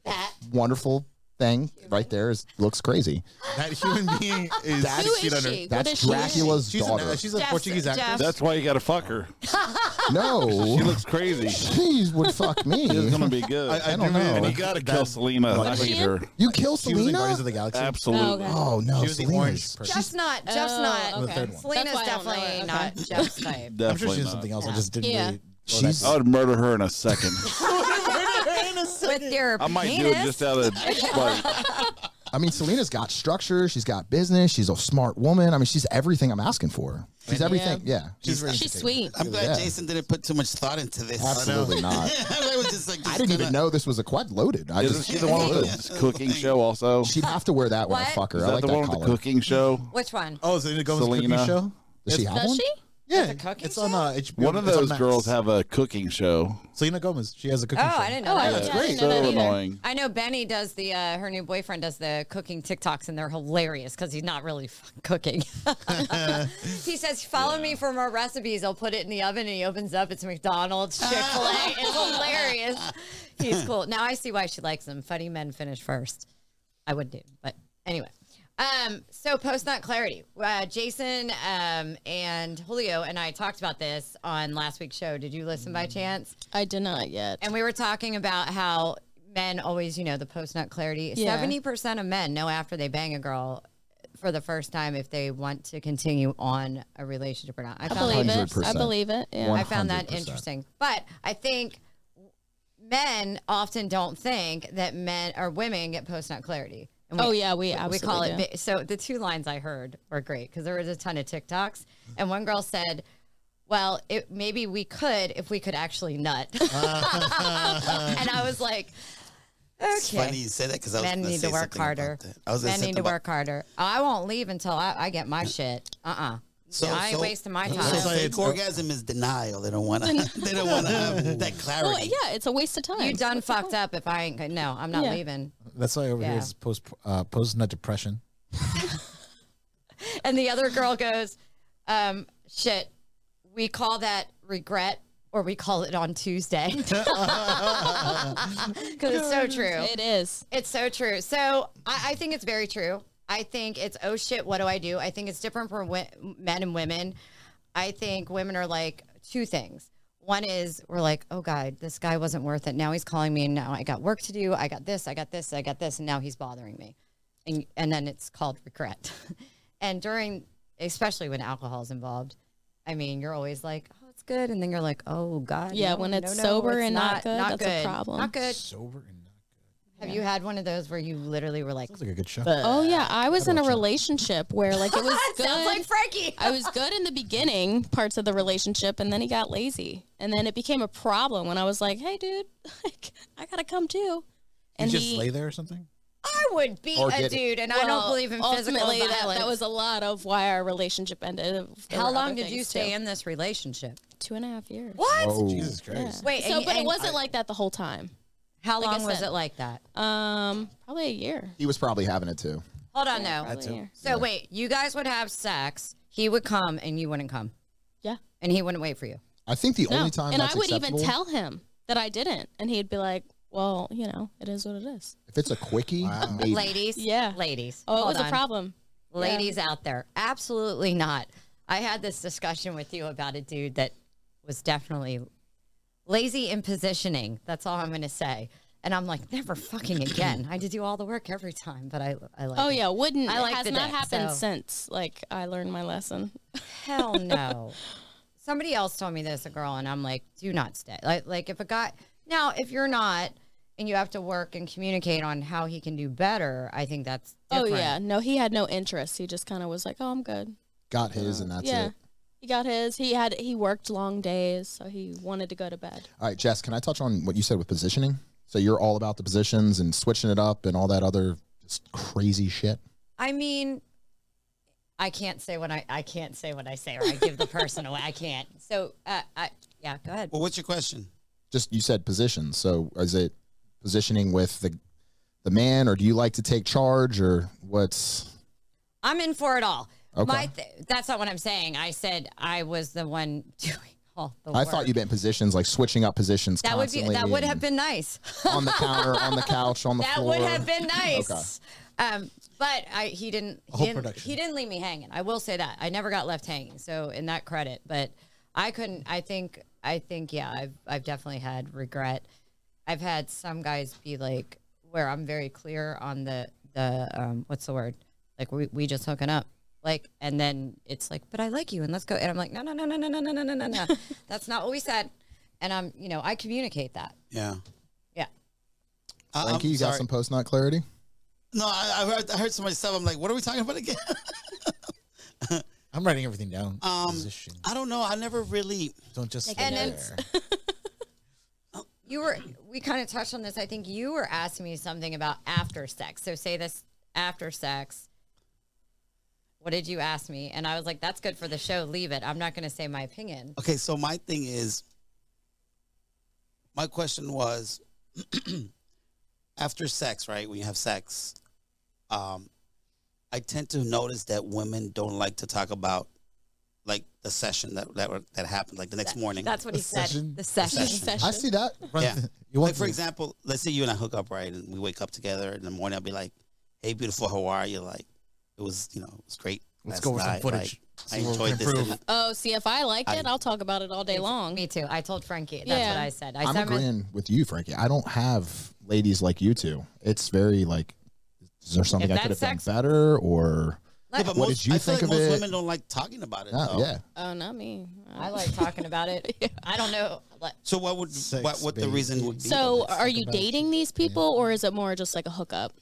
B: That.
E: wonderful thing right there is looks crazy.
F: That human being is
E: That's-
F: six
D: Who
F: feet
D: is
F: under.
D: she? What
E: That's
D: is she?
E: Dracula's
F: She's,
E: daughter.
F: An, she's a
B: Jeff-
F: Portuguese actress.
B: Jeff-
G: That's why you got to fuck her. She
E: no,
G: looks crazy.
E: she would fuck
G: It's
E: me.
G: gonna be good.
F: I, I, do
E: don't
F: really
E: know.
G: and you
F: like
G: got to
F: that- Oh,
G: kill Selena. I
F: Was
G: hate
D: she
G: her.
E: You kill
F: She was in Guardians
E: Selena?
F: of the Galaxy.
G: Absolutely.
D: Oh,
E: oh no,
F: She was the orange
E: Selena's.
F: person.
B: Jeff's not. Jeff's
D: Oh,
B: not.
D: okay. The
F: third one.
B: Selena's
D: That's why I don't know
B: definitely
D: it. Okay.
B: not Jeff's type.
F: I'm sure
G: Definitely
F: she was
G: not.
F: something else. I just didn't.
D: Yeah.
F: Really,
E: She's
G: I would murder her in a second.
B: With your
G: I might do
B: penis.
G: it just out of spite.
E: I mean, Selena's got structure. She's got business. She's a smart woman. I mean, she's everything I'm asking for. She's everything. Yeah.
F: she's very
D: She's sweet.
C: I'm glad
E: Yeah.
C: Jason didn't put too much thought into this.
E: Absolutely not.
C: I was just like,
E: I didn't even know this was a quad loaded. I
G: Isn't
E: just
G: she the one with the cooking show also? Is
E: she'd have to wear that when I
B: What?
E: fuck her. I
G: that
E: like
G: the
E: that
G: one with the
E: collar.
G: cooking show?
B: Which one?
F: Oh, Selena Gomez
G: Selena.
F: cooking show.
E: Does she have
D: Does
E: one?
D: she?
F: Yeah,
B: cooking
F: it's on uh, HBO.
G: One of
F: It's on
G: those
F: Max.
G: girls have a cooking show.
F: Selena Gomez. She has a
B: Oh,
F: cooking show.
B: I didn't know.
D: Oh, I
B: that.
D: didn't-
G: That's
D: I didn't know
G: so
D: that either.
G: annoying.
B: I know Benny does the uh, her new boyfriend does the cooking TikToks and they're hilarious because he's not really f- cooking. he says, "Follow me for more recipes." I'll put it in the oven and he opens up. It's McDonald's, Chick Fil A. it's hilarious. He's cool. Now I see why she likes him. Funny men finish first. I would do, but anyway. Um, so post not clarity. Uh, Jason um, and Julio and I talked about this on last week's show. Did you listen by chance?
D: I did not yet.
B: And we were talking about how men always, you know, the post nut clarity.
D: Yeah.
B: Seventy percent of men know after they bang a girl for the first time if they want to continue on a relationship or not. I
D: I
B: found
D: believe
B: that,
D: it. I
E: 100%.
D: believe it. Yeah.
B: I found that
E: 100%.
B: interesting. But I think men often don't think that men or women get post nut clarity. And
D: Oh yeah, we
B: we
D: absolutely
B: call it
D: do.
B: ba- so the two lines i heard were great because there was a ton of tiktoks and one girl said well it, maybe we could if we could actually nut and i was like
C: It's funny
B: okay
C: you say that because I was
B: men
C: gonna
B: need
C: say
B: to work
C: something about
B: harder
C: that. I was gonna
B: men
C: say
B: need to
C: about-
B: work harder i won't leave until i, I get my shit uh-uh
C: So-
B: i ain't
C: so-
B: wasting my
C: So
B: time
C: fake orgasm is denial. They don't want to. They don't want to have that clarity.
D: Well, yeah, it's a waste of time.
B: you done fucked up if i ain't no i'm not
D: Yeah.
B: leaving
F: That's why over
B: Yeah.
F: here is post uh, post nut depression.
B: and the other girl goes, um, shit, we call that regret or we call it on Tuesday. Because it's so true.
D: It is.
B: It's so true. So I, I think it's very true. I think it's oh shit, what do I do? I think it's different for w- men and women. I think women are like two things. One is we're like, oh god, this guy wasn't worth it. Now he's calling me, and now I got work to do. I got this, I got this, I got this, and now he's bothering me, and and then it's called regret. and during, especially when alcohol's involved, I mean, you're always like, oh, it's good, and then you're like, oh god,
D: Yeah,
B: no,
D: when
B: no,
D: it's
B: no,
D: sober
B: it's
D: and not good, that's a
B: good,
D: problem.
B: Not good.
F: Sober and not
B: Have you had one of those where you literally were like,
F: Sounds like a good show.
D: Oh yeah, I was in a relationship where like it was good.
B: sounds like Frankie.
D: I was good in the beginning parts of the relationship, and then he got lazy, and then it became a problem when I was like, "Hey, dude, like I gotta come too."
F: you
D: And
F: just
D: he
F: lay there or something?
B: I would beat
E: Or
B: a
E: did it.
B: dude, and I don't
D: well,
B: believe in physical
D: ultimately
B: violence.
D: that, that was a lot of why our relationship ended. There
B: How
D: were
B: long
D: other
B: did you
D: things,
B: stay
D: too.
B: in this relationship?
D: Two and a half years.
B: What?
E: Oh,
F: Jesus Christ.
B: Wait,
D: so,
B: and-
D: but it
B: and
D: wasn't like that the whole time.
B: How
D: like I
B: long was
D: said.
B: it like that?
D: Um, probably a year.
E: he was probably having it too.
B: Hold on, no.
D: Probably a year.
B: So wait, you guys would have sex. He would come, and you wouldn't come,
D: Yeah.
B: and he wouldn't wait for you.
E: I think the only time
D: and
E: that's
D: I would
E: acceptable,
D: even tell him that I didn't, and he'd be like, "Well, you know, it is what it is."
E: if it's a quickie, maybe.
B: Ladies,
D: Yeah.
B: ladies.
D: Oh,
B: Hold
D: it was
B: on.
D: a problem.
B: ladies out there, absolutely not. I had this discussion with you about a dude that was definitely lazy in positioning. That's all I'm going to say. And I'm like, never fucking again. I had to do all the work every time, but I, I like.
D: Oh
B: it.
D: yeah, wouldn't.
B: I like
D: it has
B: the
D: not
B: dick,
D: happened
B: so-
D: since. Like I learned my lesson.
B: Hell no. Somebody else told me this, a girl, and I'm like, do not stay. Like, like if a guy, now if you're not, and you have to work and communicate on how he can do better, I think that's different.
D: Oh yeah, no, he had no interest. He just kind of was like, "Oh, I'm good."
E: got his, and that's
D: yeah,
E: it.
D: he got his. He had he worked long days, so he wanted to go to bed.
E: All right, Jess, can I touch on what you said with positioning? So you're all about the positions and switching it up and all that other just crazy shit.
B: I mean, I can't say what I I can't say what I say, or I give the person away. I can't. So, uh, I yeah, go ahead.
C: Well, what's your question?
E: Just you said positions. So is it positioning with the the man, or do you like to take charge, or what's?
B: I'm in for it all.
E: Okay.
B: My th- that's not what I'm saying. I said I was the one doing all the
E: I
B: work.
E: thought you meant positions, like switching up positions.
B: that would be
E: constantly
B: that would have
E: and
B: been nice.
E: on the counter, on the couch, on the
B: that
E: floor.
B: would have been nice. Um, but I he didn't he
F: whole
B: didn't,
F: production.
B: he didn't leave me hanging. I will say that I never got left hanging. So in that credit, but I couldn't. I think I think yeah. I've I've definitely had regret. I've had some guys be like where I'm very clear on the the um, what's the word like we we just hooking up. Like and then it's like, but I like you and let's go. And I'm like, no, no, no, no, no, no, no, no, no, no. That's not what we said. And I'm, you know, I communicate that.
C: Yeah.
B: Yeah.
C: I- I'm
E: Frankie, you got
C: sorry.
E: some post nut clarity?
C: No, I, I heard I heard somebody say. I'm like, what are we talking about again?
F: I'm writing everything down.
C: Um,
F: Position.
C: I don't know. I never really.
F: Don't just
B: And
F: lay
B: it's-
F: there.
B: you were we kind of touched on this i think you were asking me something about after sex so say this after sex what did you ask me and i was like that's good for the show leave it i'm not going to say my opinion
C: Okay, so my thing is, my question was, after sex, right? When you have sex, um, I tend to notice that women don't like to talk about like the session that that were- that happened, like the next morning.
B: that's what
F: The
B: he said
F: session?
B: the session,
E: I see that.
F: Run
C: Yeah.
F: th- you
C: like
F: want
C: for example, let's say you and I hook up, right? And we wake up together in the morning. I'll be like, "Hey, beautiful, how are you?" Like, it was, you know, it was great.
F: Let's
C: last
F: go over some
C: night,
F: footage.
C: like,
F: See
C: I
F: where we
C: enjoyed
F: can
C: this.
F: improve.
C: and-
D: Oh, see, if I liked it, I'll talk about it all day long.
B: me too i told frankie that's
D: Yeah.
B: what i said i
E: I'm
B: said
E: agreeing with you, Frankie. I don't have ladies like you two. It's very like, is there something
B: If
E: I could have
B: that's
E: done
B: sex-
E: better or?
C: Yeah, but
E: What
C: most,
E: did you
C: I feel like
E: think of
C: most
E: it?
C: women don't like talking about it.
E: Oh,
C: though.
E: yeah.
D: Oh, not me.
B: i like talking about it i don't know like,
C: So what would
F: Sex,
C: what what the
F: baby.
C: reason would be?
D: So,
F: Let's
D: are
F: talk
D: you
F: about it.
D: dating these people, or is it more just like a hookup?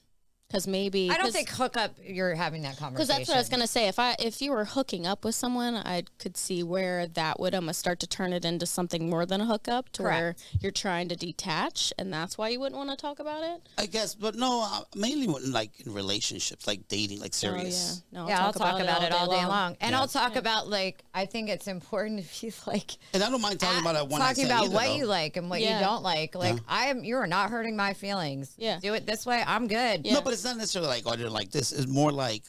D: Because maybe
B: i don't
D: 'cause-
B: think hook up you're having that
D: Because
B: conversation
D: that's what I was gonna say. If I if you were hooking up with someone, I could see where that would almost start to turn it into something more than a hookup, to where you're trying to detach, and that's why you wouldn't want to talk about it.
C: I guess, but no, uh, mainly when, like in relationships, like dating, like
D: Oh,
C: serious.
D: yeah, no,
B: yeah, I'll talk, about, it all day long, and I'll talk about like I think it's important to be like
C: And I don't mind talking about that one. night
B: Ah, talking
C: stand
B: about
C: either,
B: what
C: though.
B: you like and what
D: Yeah.
B: you don't like. Like I am, you are not hurting my feelings.
D: Yeah.
B: do it this way. I'm good.
D: Yeah.
C: No, but it's not necessarily like oh, I didn't like this. It's more like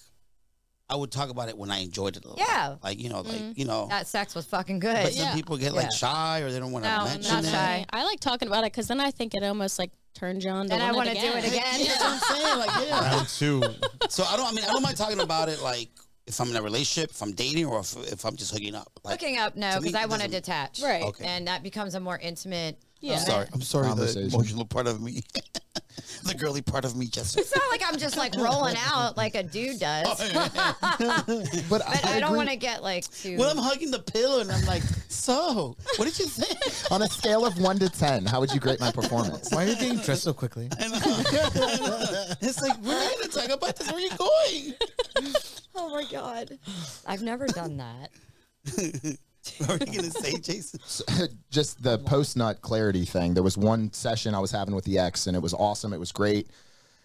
C: I would talk about it when I enjoyed it a little.
B: Yeah. Mm-hmm.
C: Like you know, like you know.
B: That sex was fucking
C: But
B: good.
C: some
D: Yeah.
C: people get like
B: Yeah.
C: shy or they don't want to
B: No,
C: mention
B: not
C: it.
B: shy.
D: I like talking about it because then I think it almost like turns you on. To
B: And I
D: want to
B: do it again.
C: Yeah, that's what I'm saying. Like yeah.
F: Round two.
C: So I don't. I mean, I don't mind talking about it. Like if I'm in a relationship, if I'm dating, or if, if I'm just hooking up. Like,
B: Hooking up, no,
C: to me,
B: because I
C: it
B: want to
C: doesn't-
B: detach.
D: Right.
C: Okay.
B: And that becomes a more intimate.
D: Yeah.
C: I'm sorry. I'm sorry. The
E: Conversation.
C: emotional part of me, the girly part of me, just.
B: It's not like I'm just like rolling out like a dude does.
C: Oh,
E: But,
B: But I don't
E: agree.
B: want to get like too.
C: Well, I'm hugging the pillow and I'm like, so what did you think?
E: On a scale of one to ten, how would you grade my performance?
F: Why are you getting dressed so quickly?
C: And, uh, it's like we're not gonna talk about this. Where are you going?
B: oh my god, I've never done that.
C: What are you gonna say, Jason?
E: just the post nut clarity thing. There was one session I was having with the ex, and it was awesome. It was great.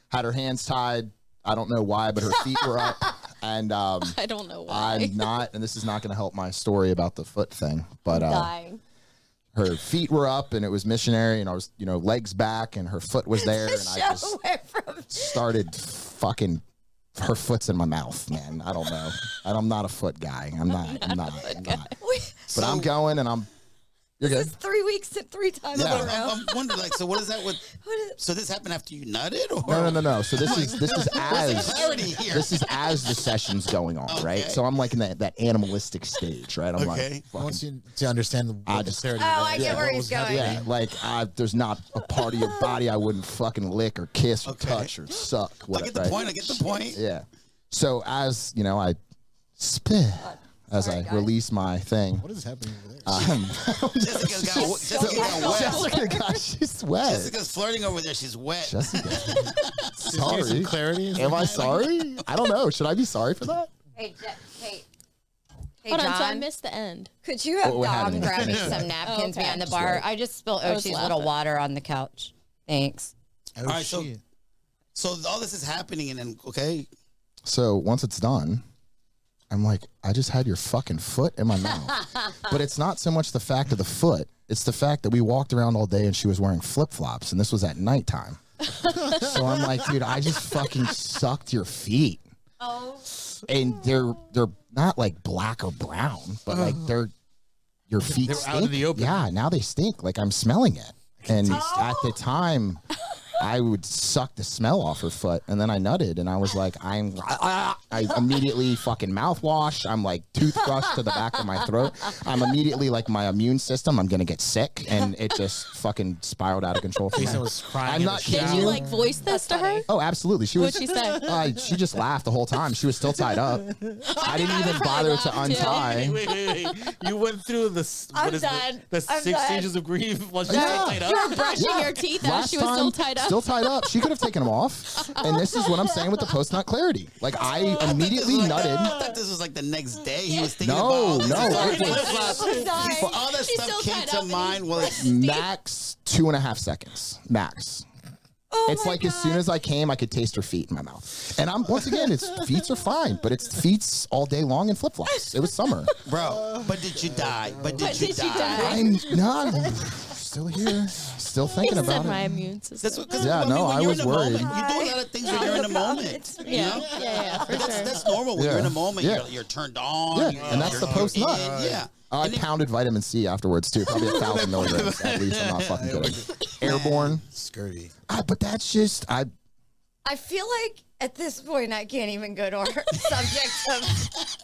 E: Had her hands tied. I don't know why, but her feet were up. And um,
D: I don't know why.
E: I'm not, and this is not going to help my story about the foot thing, but
C: Oh.
E: uh,
D: Dying.
E: her feet were up and it was missionary, and I was, you know, legs back, and her foot was there, and I just
B: Show went from
E: started fucking. Her foot's in my mouth, man. I don't know. And I'm not a foot guy. I'm not. I'm not. I'm not. But I'm going, and I'm. You're good.
B: this three weeks to three times
C: No,
B: in a
C: but
B: row.
C: I'm, I'm wondering, like, so what is that with?
B: What is-
C: So this happened after you nutted, or
E: No, no, no, no. So this is this is
C: There's
E: as
C: some clarity here.
E: this is as the session's going on, right?
C: Okay.
E: So I'm like in that, that animalistic stage, right? I'm
C: Okay.
E: like, fucking,
F: Once you to understand the
E: I
F: what
E: just-
F: the clarity
B: Oh,
F: was.
B: I get where
F: what
B: he's
F: was
B: going.
F: happening.
E: yeah, like I, there's not a part of your body I wouldn't fucking lick or kiss or
C: Okay.
E: touch or suck.
C: I
E: Whatever,
C: get the
E: right?
C: point. I get the point.
E: Yeah. So as you know, I spit as I release my thing. um,
F: What is happening over there?
C: Jessica's got, Jessica got wet.
E: Jessica, God, she's wet.
C: Jessica's flirting over there. She's wet.
E: Jessica,
F: Is there some
E: sorry.
F: clarity.
E: Am I sorry? I don't know. Should I be sorry for that?
B: Hey, Je- hey, hey,
D: Hold on, so I
B: John.
D: missed the end.
B: Could you have
E: What- what
B: Dom
E: happened?
B: grab me some napkins
D: Okay.
B: behind the bar? I Oh, just spilled
D: was
B: Oshie's little
D: laughing.
B: water on the couch. Thanks.
F: Oh,
C: right, so-
F: shit.
C: So all this is happening, and then okay,
E: So once it's done, I'm like, I just had your fucking foot in my mouth. but it's not so much the fact of the foot, it's the fact that we walked around all day and she was wearing flip flops, and this was at nighttime. so I'm like, dude, I just fucking sucked your feet. Oh. And they're they're not like black or brown, but like they're your feet
F: They're
E: stink.
F: out in the open.
E: Yeah, now they stink. Like I'm smelling it. And at the time, I would suck the smell off her foot, and then I nutted, and I was like, I'm. I immediately fucking mouthwash. I'm like toothbrush to the back of my throat. I'm immediately like my immune system. I'm gonna get sick, and it just fucking spiraled out of control. From
F: Jason
E: there.
F: was crying
E: I'm
F: in
E: not
F: the
E: kidding
D: Did
F: shower.
D: you
E: Yeah.
D: like voice this to her?
E: Oh, absolutely. She was.
D: What'd she say?
E: Uh, she just laughed the whole time. She was still tied up. I didn't even bother to
D: laughed, too.
E: untie.
F: Wait, wait, wait. You went through the s-
B: I'm
F: what is
B: done.
F: it? The
B: I'm
F: six
B: done.
F: stages of grief while she
E: Yeah.
F: was tied up.
D: Brushing
E: Yeah.
D: your teeth out, she was still tied up.
E: Still tied up. She could have taken them off. And this is what I'm saying with the post nut clarity. Like I
C: This
E: immediately
C: was like-
E: nutted.
C: I thought this was like the next day. He was thinking about
E: No,
C: all
E: no.
C: this.
E: It was
C: Flip-flops. But all that
D: She's
C: stuff
D: still
C: came
D: tied
C: to
D: up and
C: mind. Well, it's
E: max two and a half seconds. Max.
D: Oh
E: it's like as soon as I came, I could taste her feet in my mouth. And I'm once again, it's feet are fine, but it's feet all day long in flip flops. It was summer.
C: bro. But did you die? But did,
D: But
C: you,
D: did she
C: die?
D: die?
E: I'm not still here, still thinking
D: Said
E: about
D: my
E: it.
D: immune
C: That's
D: system.
C: what. 'cause,
E: Yeah,
C: I mean,
E: no,
C: when
E: I
C: you're
E: was
C: in the
E: worried.
C: Moment, you do a lot of things when you're in the moment. You
D: Yeah,
C: know?
D: yeah, yeah, for
C: That's,
D: sure.
C: that's normal when
E: Yeah.
C: you're in a moment.
E: Yeah.
C: You're, you're turned on.
E: Yeah,
C: you're-
E: and that's the
C: you're
E: post
C: in,
E: nut.
C: Yeah.
E: I pounded vitamin C afterwards too, probably a thousand milligrams at least. I'm not fucking kidding. Airborne,
F: Scurvy.
E: Ah, but that's just I.
B: I feel like at this point I can't even go to our subject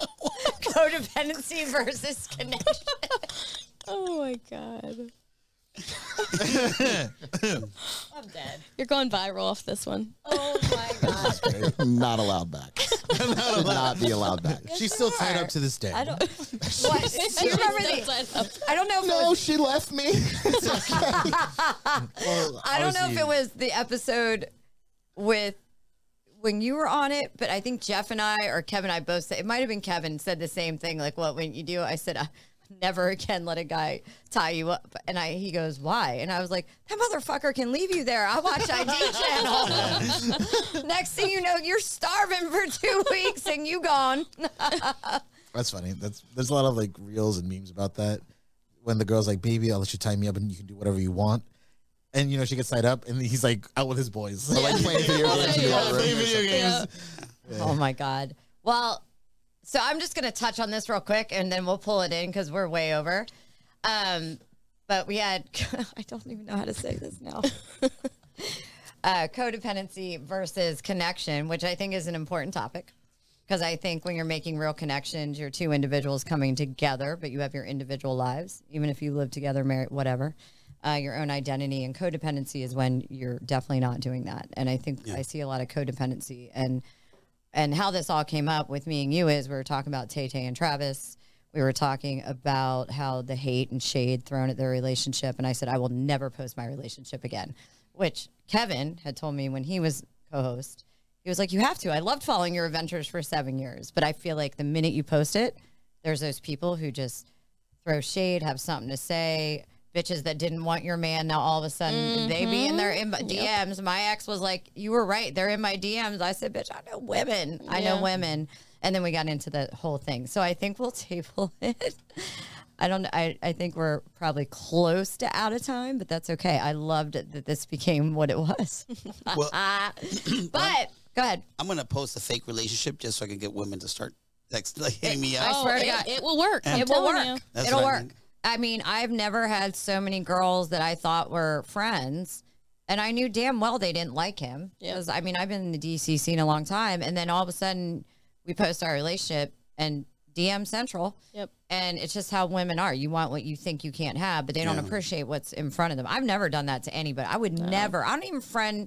B: of codependency versus connection.
D: Oh my god,
B: I'm dead.
D: you're going viral off this one.
B: Oh my god.
E: I'm not allowed back. Should not be allowed back.
F: She's still tied up to this day.
B: I don't. What? Do you remember the? I don't know if it
E: No,
B: was.
E: she left me.
B: I don't know if it was the episode with when you were on it, but I think Jeff and I or Kevin and I both said it might have been Kevin said the same thing. Like, what wouldn't you do? I said, I never again let a guy tie you up. And I he goes, why? And I was like, that motherfucker can leave you there. I watch ID Channel. Next thing you know, you're starving for two weeks and you gone.
F: That's funny. That's there's a lot of like reels and memes about that. When the girl's like, "Baby, I'll let you tie me up and you can do whatever you want," and you know she gets tied up and he's like out with his boys.
E: like playing video games in the
D: Yeah.
E: other room.
F: video games.
B: Oh my god. Well, So I'm just going to touch on this real quick and then we'll pull it in because we're way over. Um, but we had, I don't even know how to say this now. uh, codependency versus connection, which I think is an important topic because I think when you're making real connections, you're two individuals coming together, but you have your individual lives, even if you live together, married, whatever. Uh, your own identity and codependency is when you're definitely not doing that. And I think I see a lot of codependency and and how this all came up with me and you is we were talking about Tay Tay and Travis. We were talking about how the hate and shade thrown at their relationship, and I said I will never post my relationship again, which Kevin had told me when he was co-host. He was like, "You have to. I loved following your adventures for seven years, but I feel like the minute you post it, there's those people who just throw shade, have something to say." Bitches that didn't want your man now all of a sudden they be in their in- DMs. My ex was like, "You were right. They're in my DMs." I said, "Bitch, I know women. I know women." And then we got into the whole thing. So I think we'll table it. I don't. I I think we're probably close to out of time, but that's okay. I loved it that this became what it was.
C: Well-
B: but go ahead.
C: I'm gonna post a fake relationship just so I can get women to start text like hitting me up.
B: I swear to
D: Oh, it,
B: God.
D: it will work. I'm
B: It will
D: telling
B: work.
D: you.
C: That's
B: It'll
C: what I
B: work.
C: think.
B: I mean, I've never had so many girls that I thought were friends, and I knew damn well they didn't like him.
D: Yeah.
B: 'Cause, I mean, I've been in the DC scene a long time, and then all of a sudden we post our relationship and DM Central.
D: Yep.
B: And it's just how women are. You want what you think you can't have, but they don't appreciate what's in front of them. I've never done that to anybody. I would never. I don't even friend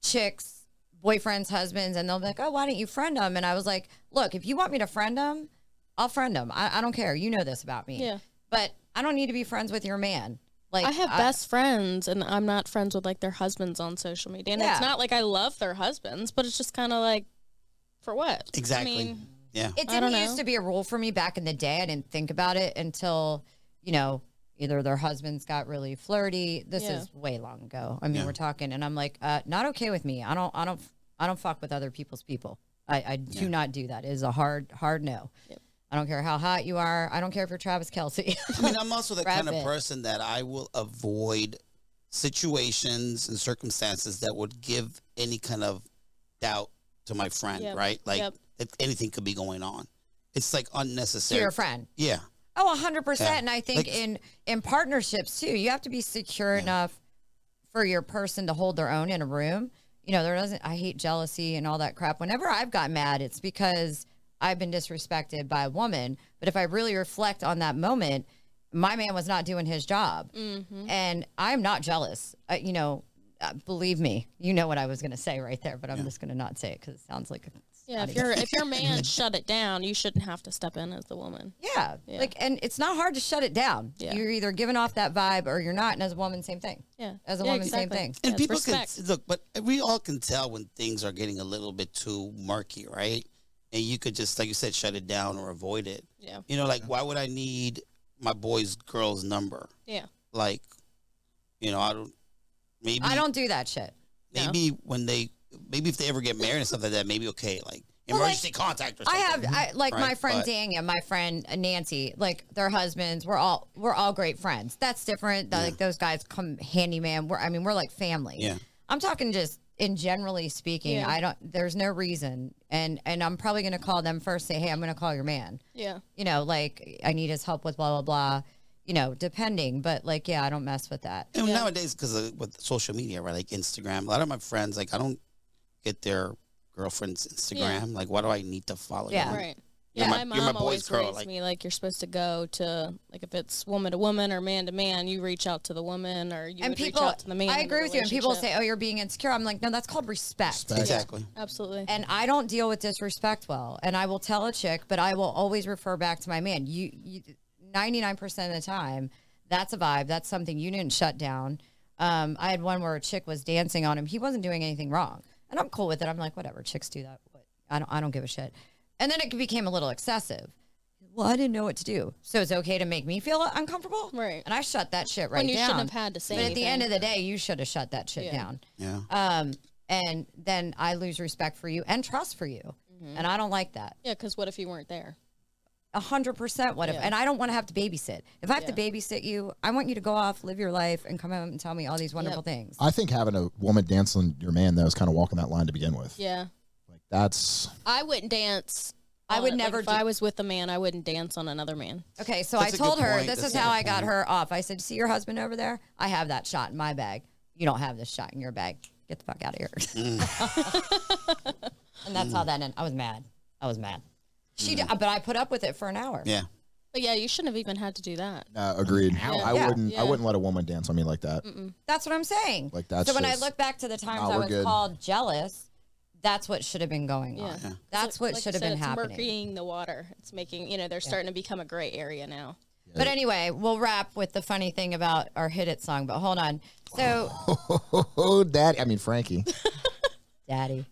B: chicks, boyfriends, husbands, and they'll be like, "Oh, why don't you friend them?" And I was like, "Look, if you want me to friend them, I'll friend them. I, I don't care. You know this about me.
D: Yeah.
B: But I don't need to be friends with your man. Like
D: I have best friends, and I'm not friends with like their husbands on social media. And
B: Yeah.
D: it's not like I love their husbands, but it's just kind of like, for what?
C: Exactly.
D: I mean,
C: yeah.
B: It
D: I
B: didn't
D: don't
B: used
D: know.
B: to be a rule for me back in the day. I didn't think about it until, you know, either their husbands got really flirty. This
D: Yeah.
B: is way long ago. I mean, we're talking, and I'm like, uh, not okay with me. I don't, I don't, I don't fuck with other people's people. I, I do not do that. It is a hard, hard no. I don't care how hot you are. I don't care if you're Travis Kelsey.
C: I mean, I'm also the kind
B: Rabbit.
C: of person that I will avoid situations and circumstances that would give any kind of doubt to my friend,
D: Yep.
C: right? Like
D: Yep.
C: if anything could be going on. It's like
B: to
C: unnecessary.
B: your friend.
C: Yeah.
B: Oh, hundred percent.
C: Yeah.
B: And I think
C: Like-
B: in in partnerships too, you have to be secure enough for your person to hold their own in a room. You know, there doesn't. I hate jealousy and all that crap. Whenever I've got mad, it's because I've been disrespected by a woman. But if I really reflect on that moment, my man was not doing his job,
C: Mm-hmm.
B: and I'm not jealous. Uh, you know, uh, believe me, you know what I was going to say right there, but I'm just going to not say it because it sounds like a
D: yeah, if your if your man shut it down, you shouldn't have to step in as the woman.
B: Yeah. Like, and it's not hard to shut it down.
D: Yeah.
B: You're either giving off that vibe or you're not. And as a woman, same thing.
D: Yeah,
B: As a
D: Yeah,
B: woman,
D: exactly.
B: same thing.
C: And
D: Yes,
C: people
D: respect.
C: can look, but we all can tell when things are getting a little bit too murky, right? And you could just, like you said, shut it down or avoid it.
D: Yeah.
C: You know, like why would I need my boy's girl's number?
D: Yeah,
C: Like, you know, I don't. Maybe
B: I don't do that shit.
D: No.
C: maybe when they maybe if they ever get married and stuff like that, maybe okay, like
B: Well, like,
C: emergency contact or
B: I
C: something.
B: have, I, like my
C: Right,
B: friend
C: but-
B: Dania, my friend uh, Nancy, like their husbands, we're all, we're all great friends. That's different. The- Like those guys come handyman. We're, I mean, we're like family.
C: Yeah.
B: I'm talking just in generally speaking,
D: Yeah.
B: I don't, there's no reason. And, and I'm probably going to call them first, say, Hey, I'm going to call your man.
D: yeah,
B: you know, like I need his help with blah blah blah, you know, depending. But like, yeah, I don't mess with that.
C: And
D: Yeah.
C: nowadays, because with social media, right, like Instagram, a lot of my friends, like I don't get their girlfriend's Instagram. Like, why do I need to follow?
B: Yeah.
C: you?
D: right.
C: You're
D: Yeah,
C: my-
D: my,
C: you're my
D: mom
C: boy's
D: always
C: girl,
D: raised
C: like-
D: me like you're supposed to go to like if it's woman to woman or man to man, you reach out to the woman or you
B: and
D: would
B: people,
D: reach out to the man.
B: I
D: in the
B: agree with you. And people
D: relationship.
B: say, "Oh, you're being insecure." I'm like, no, that's called respect.
C: Exactly.
D: absolutely.
B: And I don't deal with disrespect well. And I will tell a chick, but I will always refer back to my man. You, you 99% of the time, that's a vibe. That's something you didn't shut down. Um, I had one where a chick was dancing on him. He wasn't doing anything wrong. And I'm cool with it. I'm like, whatever, chicks do that. What- I don't, I don't give a shit. And then it became a little excessive. Well, I didn't know what to do. So it's okay to make me feel uncomfortable?
D: Right.
B: And I shut that shit right
D: you
B: down.
D: shouldn't have had to say
B: But at the end of
D: anything.
B: the day, you should have shut that shit
D: Yeah.
B: down.
C: Yeah.
B: Um, and then I lose respect for you and trust for you.
D: Mm-hmm.
B: And I don't like that.
D: yeah, because what if you weren't there?
B: A hundred percent. What if,
D: Yeah.
B: and I don't want to have to babysit. If I have to babysit you, I want you to go off, live your life and come home and tell me all these wonderful things.
E: I think having a woman dancing your man though is kind of walking that line to begin with.
D: Yeah,
E: Like that's
D: I wouldn't dance
B: I would
D: Like,
B: never
D: if
B: do
D: I was with a man, I wouldn't dance on another man.
B: Okay, so I
C: That's a good
B: told her
C: point.
B: this
C: That's
B: is
C: a
B: how
C: good
B: I got
C: point.
B: her off. I said, "See your husband over there? I have that shot in my bag. You don't have this shot in your bag. Get the fuck out of here."
C: Mm.
B: and that's how that ended. I was mad. I was mad. She, d but I put up with it for an hour.
C: Mm. Yeah.
D: But yeah, you shouldn't have even had to do that.
E: Uh, agreed. I
B: Yeah.
E: wouldn't. I
D: Yeah.
E: wouldn't let a woman dance on me like that.
B: That's what I'm saying.
E: Like, that's
B: so when
E: just-
B: I look back to the times
E: Nah,
B: I
E: we're
B: was
E: good.
B: called jealous, that's what should have been going
D: Yeah.
B: on. Oh, That's what
D: Like you
B: should have
D: said,
B: been
D: it's
B: happening.
D: murkying the water. It's making you know they're starting to become a gray area now.
B: But anyway, we'll wrap with the funny thing about our hit it song. But hold on, so.
E: Oh, daddy. I mean, Frankie.
B: daddy.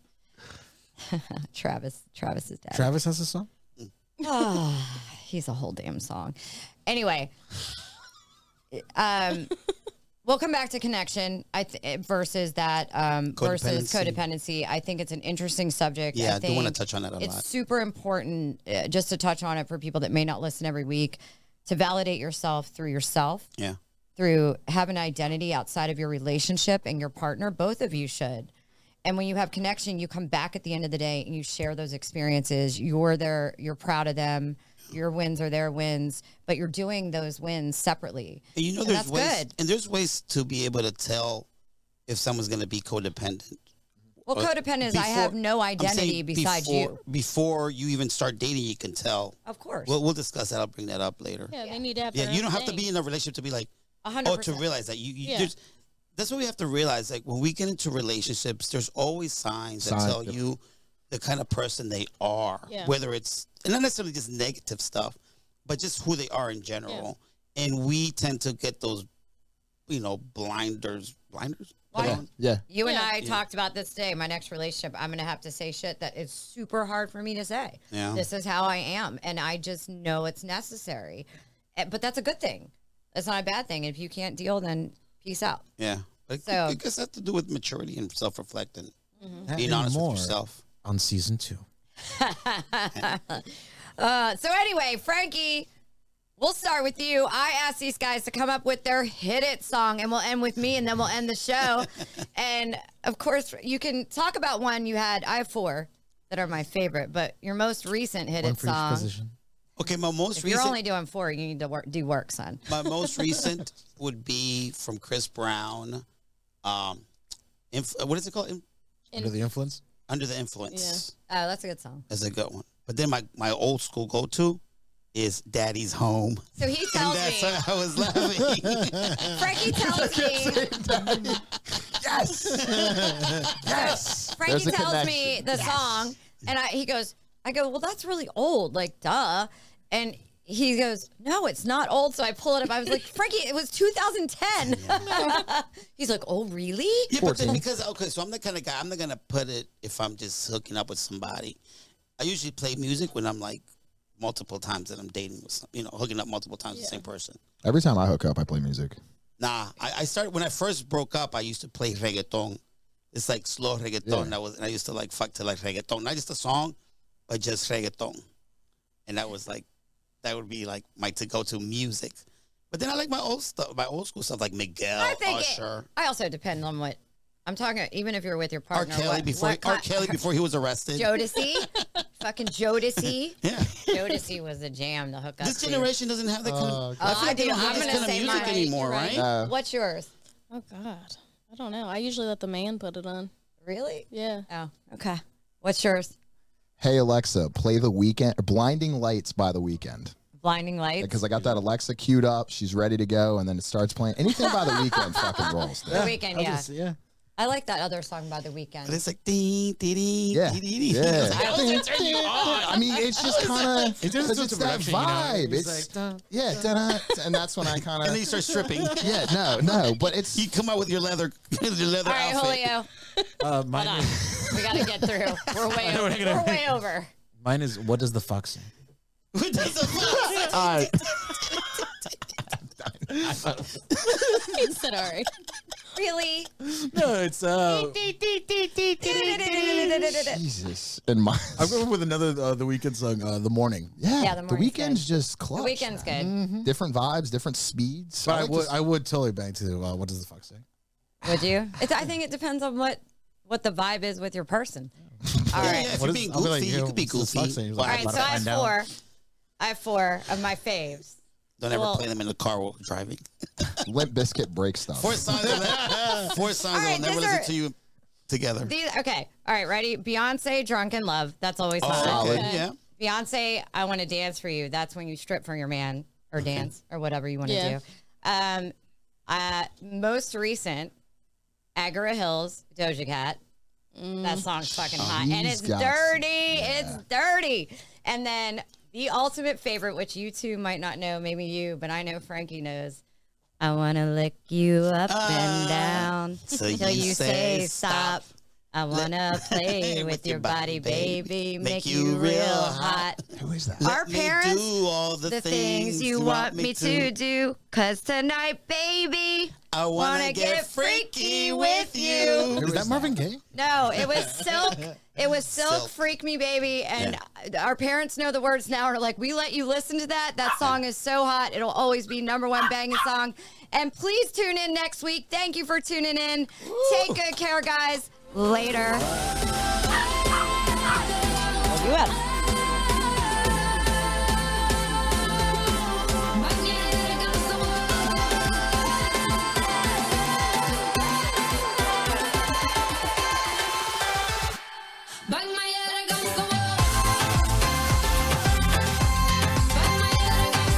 B: Travis, Travis's daddy.
F: Travis has a song.
B: He's a whole damn song. Anyway, um, we'll come back to connection. I th- versus that um, versus codependency. I think it's an interesting subject.
C: Yeah, I do
B: think
C: wanna touch on that a
B: it's
C: lot.
B: super important uh, just to touch on it for people that may not listen every week to validate yourself through yourself
C: Yeah.
B: through have an identity outside of your relationship and your partner both of you should and when you have connection you come back at the end of the day and you share those experiences you're there you're proud of them your wins are their wins but you're doing those wins separately
C: And you know,
B: And
C: there's
B: that's
C: ways,
B: good.
C: and there's ways to be able to tell if someone's going to be codependent.
B: well codependent is i
C: uh, Before-
B: have no
C: I'm saying
B: identity besides
C: before,
B: you
C: Before you even start dating, you can tell.
B: of course
C: We'll, we'll discuss that. I'll bring that up later.
D: Yeah, they need to have.
C: Yeah,
D: their
C: you
D: own
C: don't have to
D: thing.
C: be in a relationship to be like,
B: 100%
C: oh, to realize that you. you
D: Yeah.
C: there's, that's what we have to realize. Like when we get into relationships, there's always signs that
E: Signs,
C: tell
E: yep.
C: you the kind of person they are,
D: Yeah.
C: whether it's and not necessarily just negative stuff, but just who they are in general. And we tend to get those, you know, blinders, blinders.
B: Why-
C: Put on?
E: Yeah.
B: you and
D: Yeah.
B: i talked about this today my next relationship i'm gonna have to say shit that is super hard for me to say
C: Yeah.
B: this is how I am, and I just know it's necessary. Eh, But that's a good thing. That's not a bad thing. If you can't deal, then peace out.
C: Yeah. But it-
B: So-
C: it gets has to do with maturity and self reflecting.
B: Mm-hmm.
F: That
C: Being
F: and
C: honest
F: more
C: with yourself.
F: on season two.
B: Uh, so anyway, Frankie, we'll start with you. I asked these guys to come up with their hit it song, and we'll end with me, and then we'll end the show. and of course, you can talk about one you had. I have four that are my favorite, but your most recent hit
F: One
B: it
F: for each
B: song.
F: position.
C: Okay, my most
B: If you're
C: recent
B: only doing four, you need to work, do work, son.
C: my most recent would be from Chris Brown. Um, inf- uh, what is it called? In-
F: Under the influence.
C: Under the influence
B: Oh, that's a good song.
C: is a good one. But then my, my old school go to is Daddy's Home.
B: So he
C: And
B: tells
C: that's
B: me,
C: why I was laughing.
B: Frankie tells me.
E: Yes.
B: Frankie
E: There's a
B: tells me
E: connection.
B: the song, and I, he goes, I go, well, that's really old, like, duh. And he goes, no, it's not old. So I pull it up. I was like, Frankie, it was 2010. He's like, oh, really?
C: yeah, but then
E: 14.
C: because okay, so I'm the kind of guy I'm not gonna put it if I'm just hooking up with somebody. I usually play music when I'm like multiple times that I'm dating with some, you know hooking up multiple times with the same person.
E: Every time I hook up, I play music.
C: Nah, I, I started when I first broke up. I used to play reggaeton. It's like slow reggaeton. That was and I used to like fuck to like reggaeton, not just a song, but just reggaeton. And that was like, that would be like my to go to music. But then I like my old stuff, my old school stuff, like Miguel,
B: I think it-
C: Usher,
B: I also depend on what I'm talking, even if you're with your
C: R.
B: partner.
C: Kelly
B: what,
C: before
B: what
C: R.
B: kind-
C: Kelly before he was arrested.
B: Jodeci, fucking Jodeci.
C: Yeah,
B: Jodeci was a jam to hook up.
C: this
B: to.
C: generation doesn't have that kind
B: Oh,
C: of. feel
B: I
C: like they
B: do.
C: don't have
B: I'm
C: this
B: gonna
C: kind of
B: say
C: music
B: mine.
C: anymore,
D: You're
C: right?
D: right.
E: Uh,
B: What's yours?
D: Oh God, I don't know. I usually let the man put it on.
B: Really?
D: Yeah.
B: Oh, okay. What's yours?
E: hey Alexa, play the weekend blinding lights by the weekend.
B: Blinding lights.
E: Because I got that Alexa queued up, she's ready to go, and then it starts playing. Anything by the weekend fucking rolls. dude.
B: The weekend,
F: I'll
B: yeah.
F: just- yeah.
B: I like that other song by the weekend.
C: But it's like ding, ding, ding,
E: Yeah.
C: ding, ding, ding.
E: Yeah.
C: It's like, oh, it's like turning you on.
E: I mean, it's just kind of
F: It does
E: it's
F: do
E: just
F: some
E: that
F: production, you know?
E: vibe.
F: It's
E: It's
F: like, dun,
E: yeah, da-da, and that's when I kind
C: And then you
E: of
C: start stripping.
E: yeah, no, no, but it's
C: You come out with your leather, your leather
B: All right,
C: outfit.
B: Julio,
F: Uh, mine, is,
B: we got to get through. We're way over. We're way over.
F: mine is what does the fox say?
C: Who does the fuck?
D: It's said, all right.
B: Really?
F: No, it's uh.
E: Jesus and my
F: I'm going with another uh, the weekend song, uh, the morning.
E: yeah,
B: Yeah, the
E: the,
B: morning's
E: weekend's just clutch.
B: The weekend's
E: man. Mm-hmm.
B: good.
E: Different vibes, different speeds.
F: But I,
E: like
F: would
E: to-
F: I would totally bang to uh, what does the fox say?
B: Would you? It's, I think it depends on what what the vibe is with your person. All
C: Yeah,
B: right.
C: yeah, if
F: What
C: you're
F: is-
C: being
F: I'll be
C: goofy,
F: like,
C: you
F: yo,
C: could be
F: what's the fuck
C: goofy.
F: saying? He's
B: All
F: like,
C: but
F: I
B: right,
F: gotta
B: so I have
F: find out.
B: four. I have four of my faves.
C: Don't ever
B: Well-
C: play them in the car while driving.
E: Limp Biscuit break stuff.
C: Four songs. I'll- four songs.
B: All right,
C: I'll never
B: these
C: listen
B: are-
C: to you together.
B: These, okay. All right. Ready? Beyonce, Drunk in Love. That's always
C: Oh,
B: mine.
C: okay,
D: Okay.
C: Yeah.
B: Beyonce, I want to dance for you. That's when you strip for your man or dance or whatever you want to
D: Yeah.
B: do. Um, uh, most recent, Agora Hills, Doja Cat. That song's fucking hot. And
E: She's
B: it's
E: got-
B: dirty. It's dirty. And then the ultimate favorite, which you two might not know, maybe you, but I know Frankie knows. I want to lick you up and
C: Ah.
B: down
C: So
B: till
C: you
B: you
C: say
B: say stop.
C: stop.
B: I want to play with, your body, baby. Make you real hot.
E: Who is that?
B: Our
C: Let me
B: parents,
C: do all the,
B: the things you want me to do. Cause tonight, baby,
C: I wanna,
B: wanna
C: get freaky with you.
F: Is that Marvin Gaye?
B: no, it was silk. It was silk,
C: Silk.
B: freak me, baby. And our parents know the words now. Are like, we let you listen to that. That song is so hot. It'll always be number one banging song. And please tune in next week. Thank you for tuning in. Take good care, guys. Later. You up.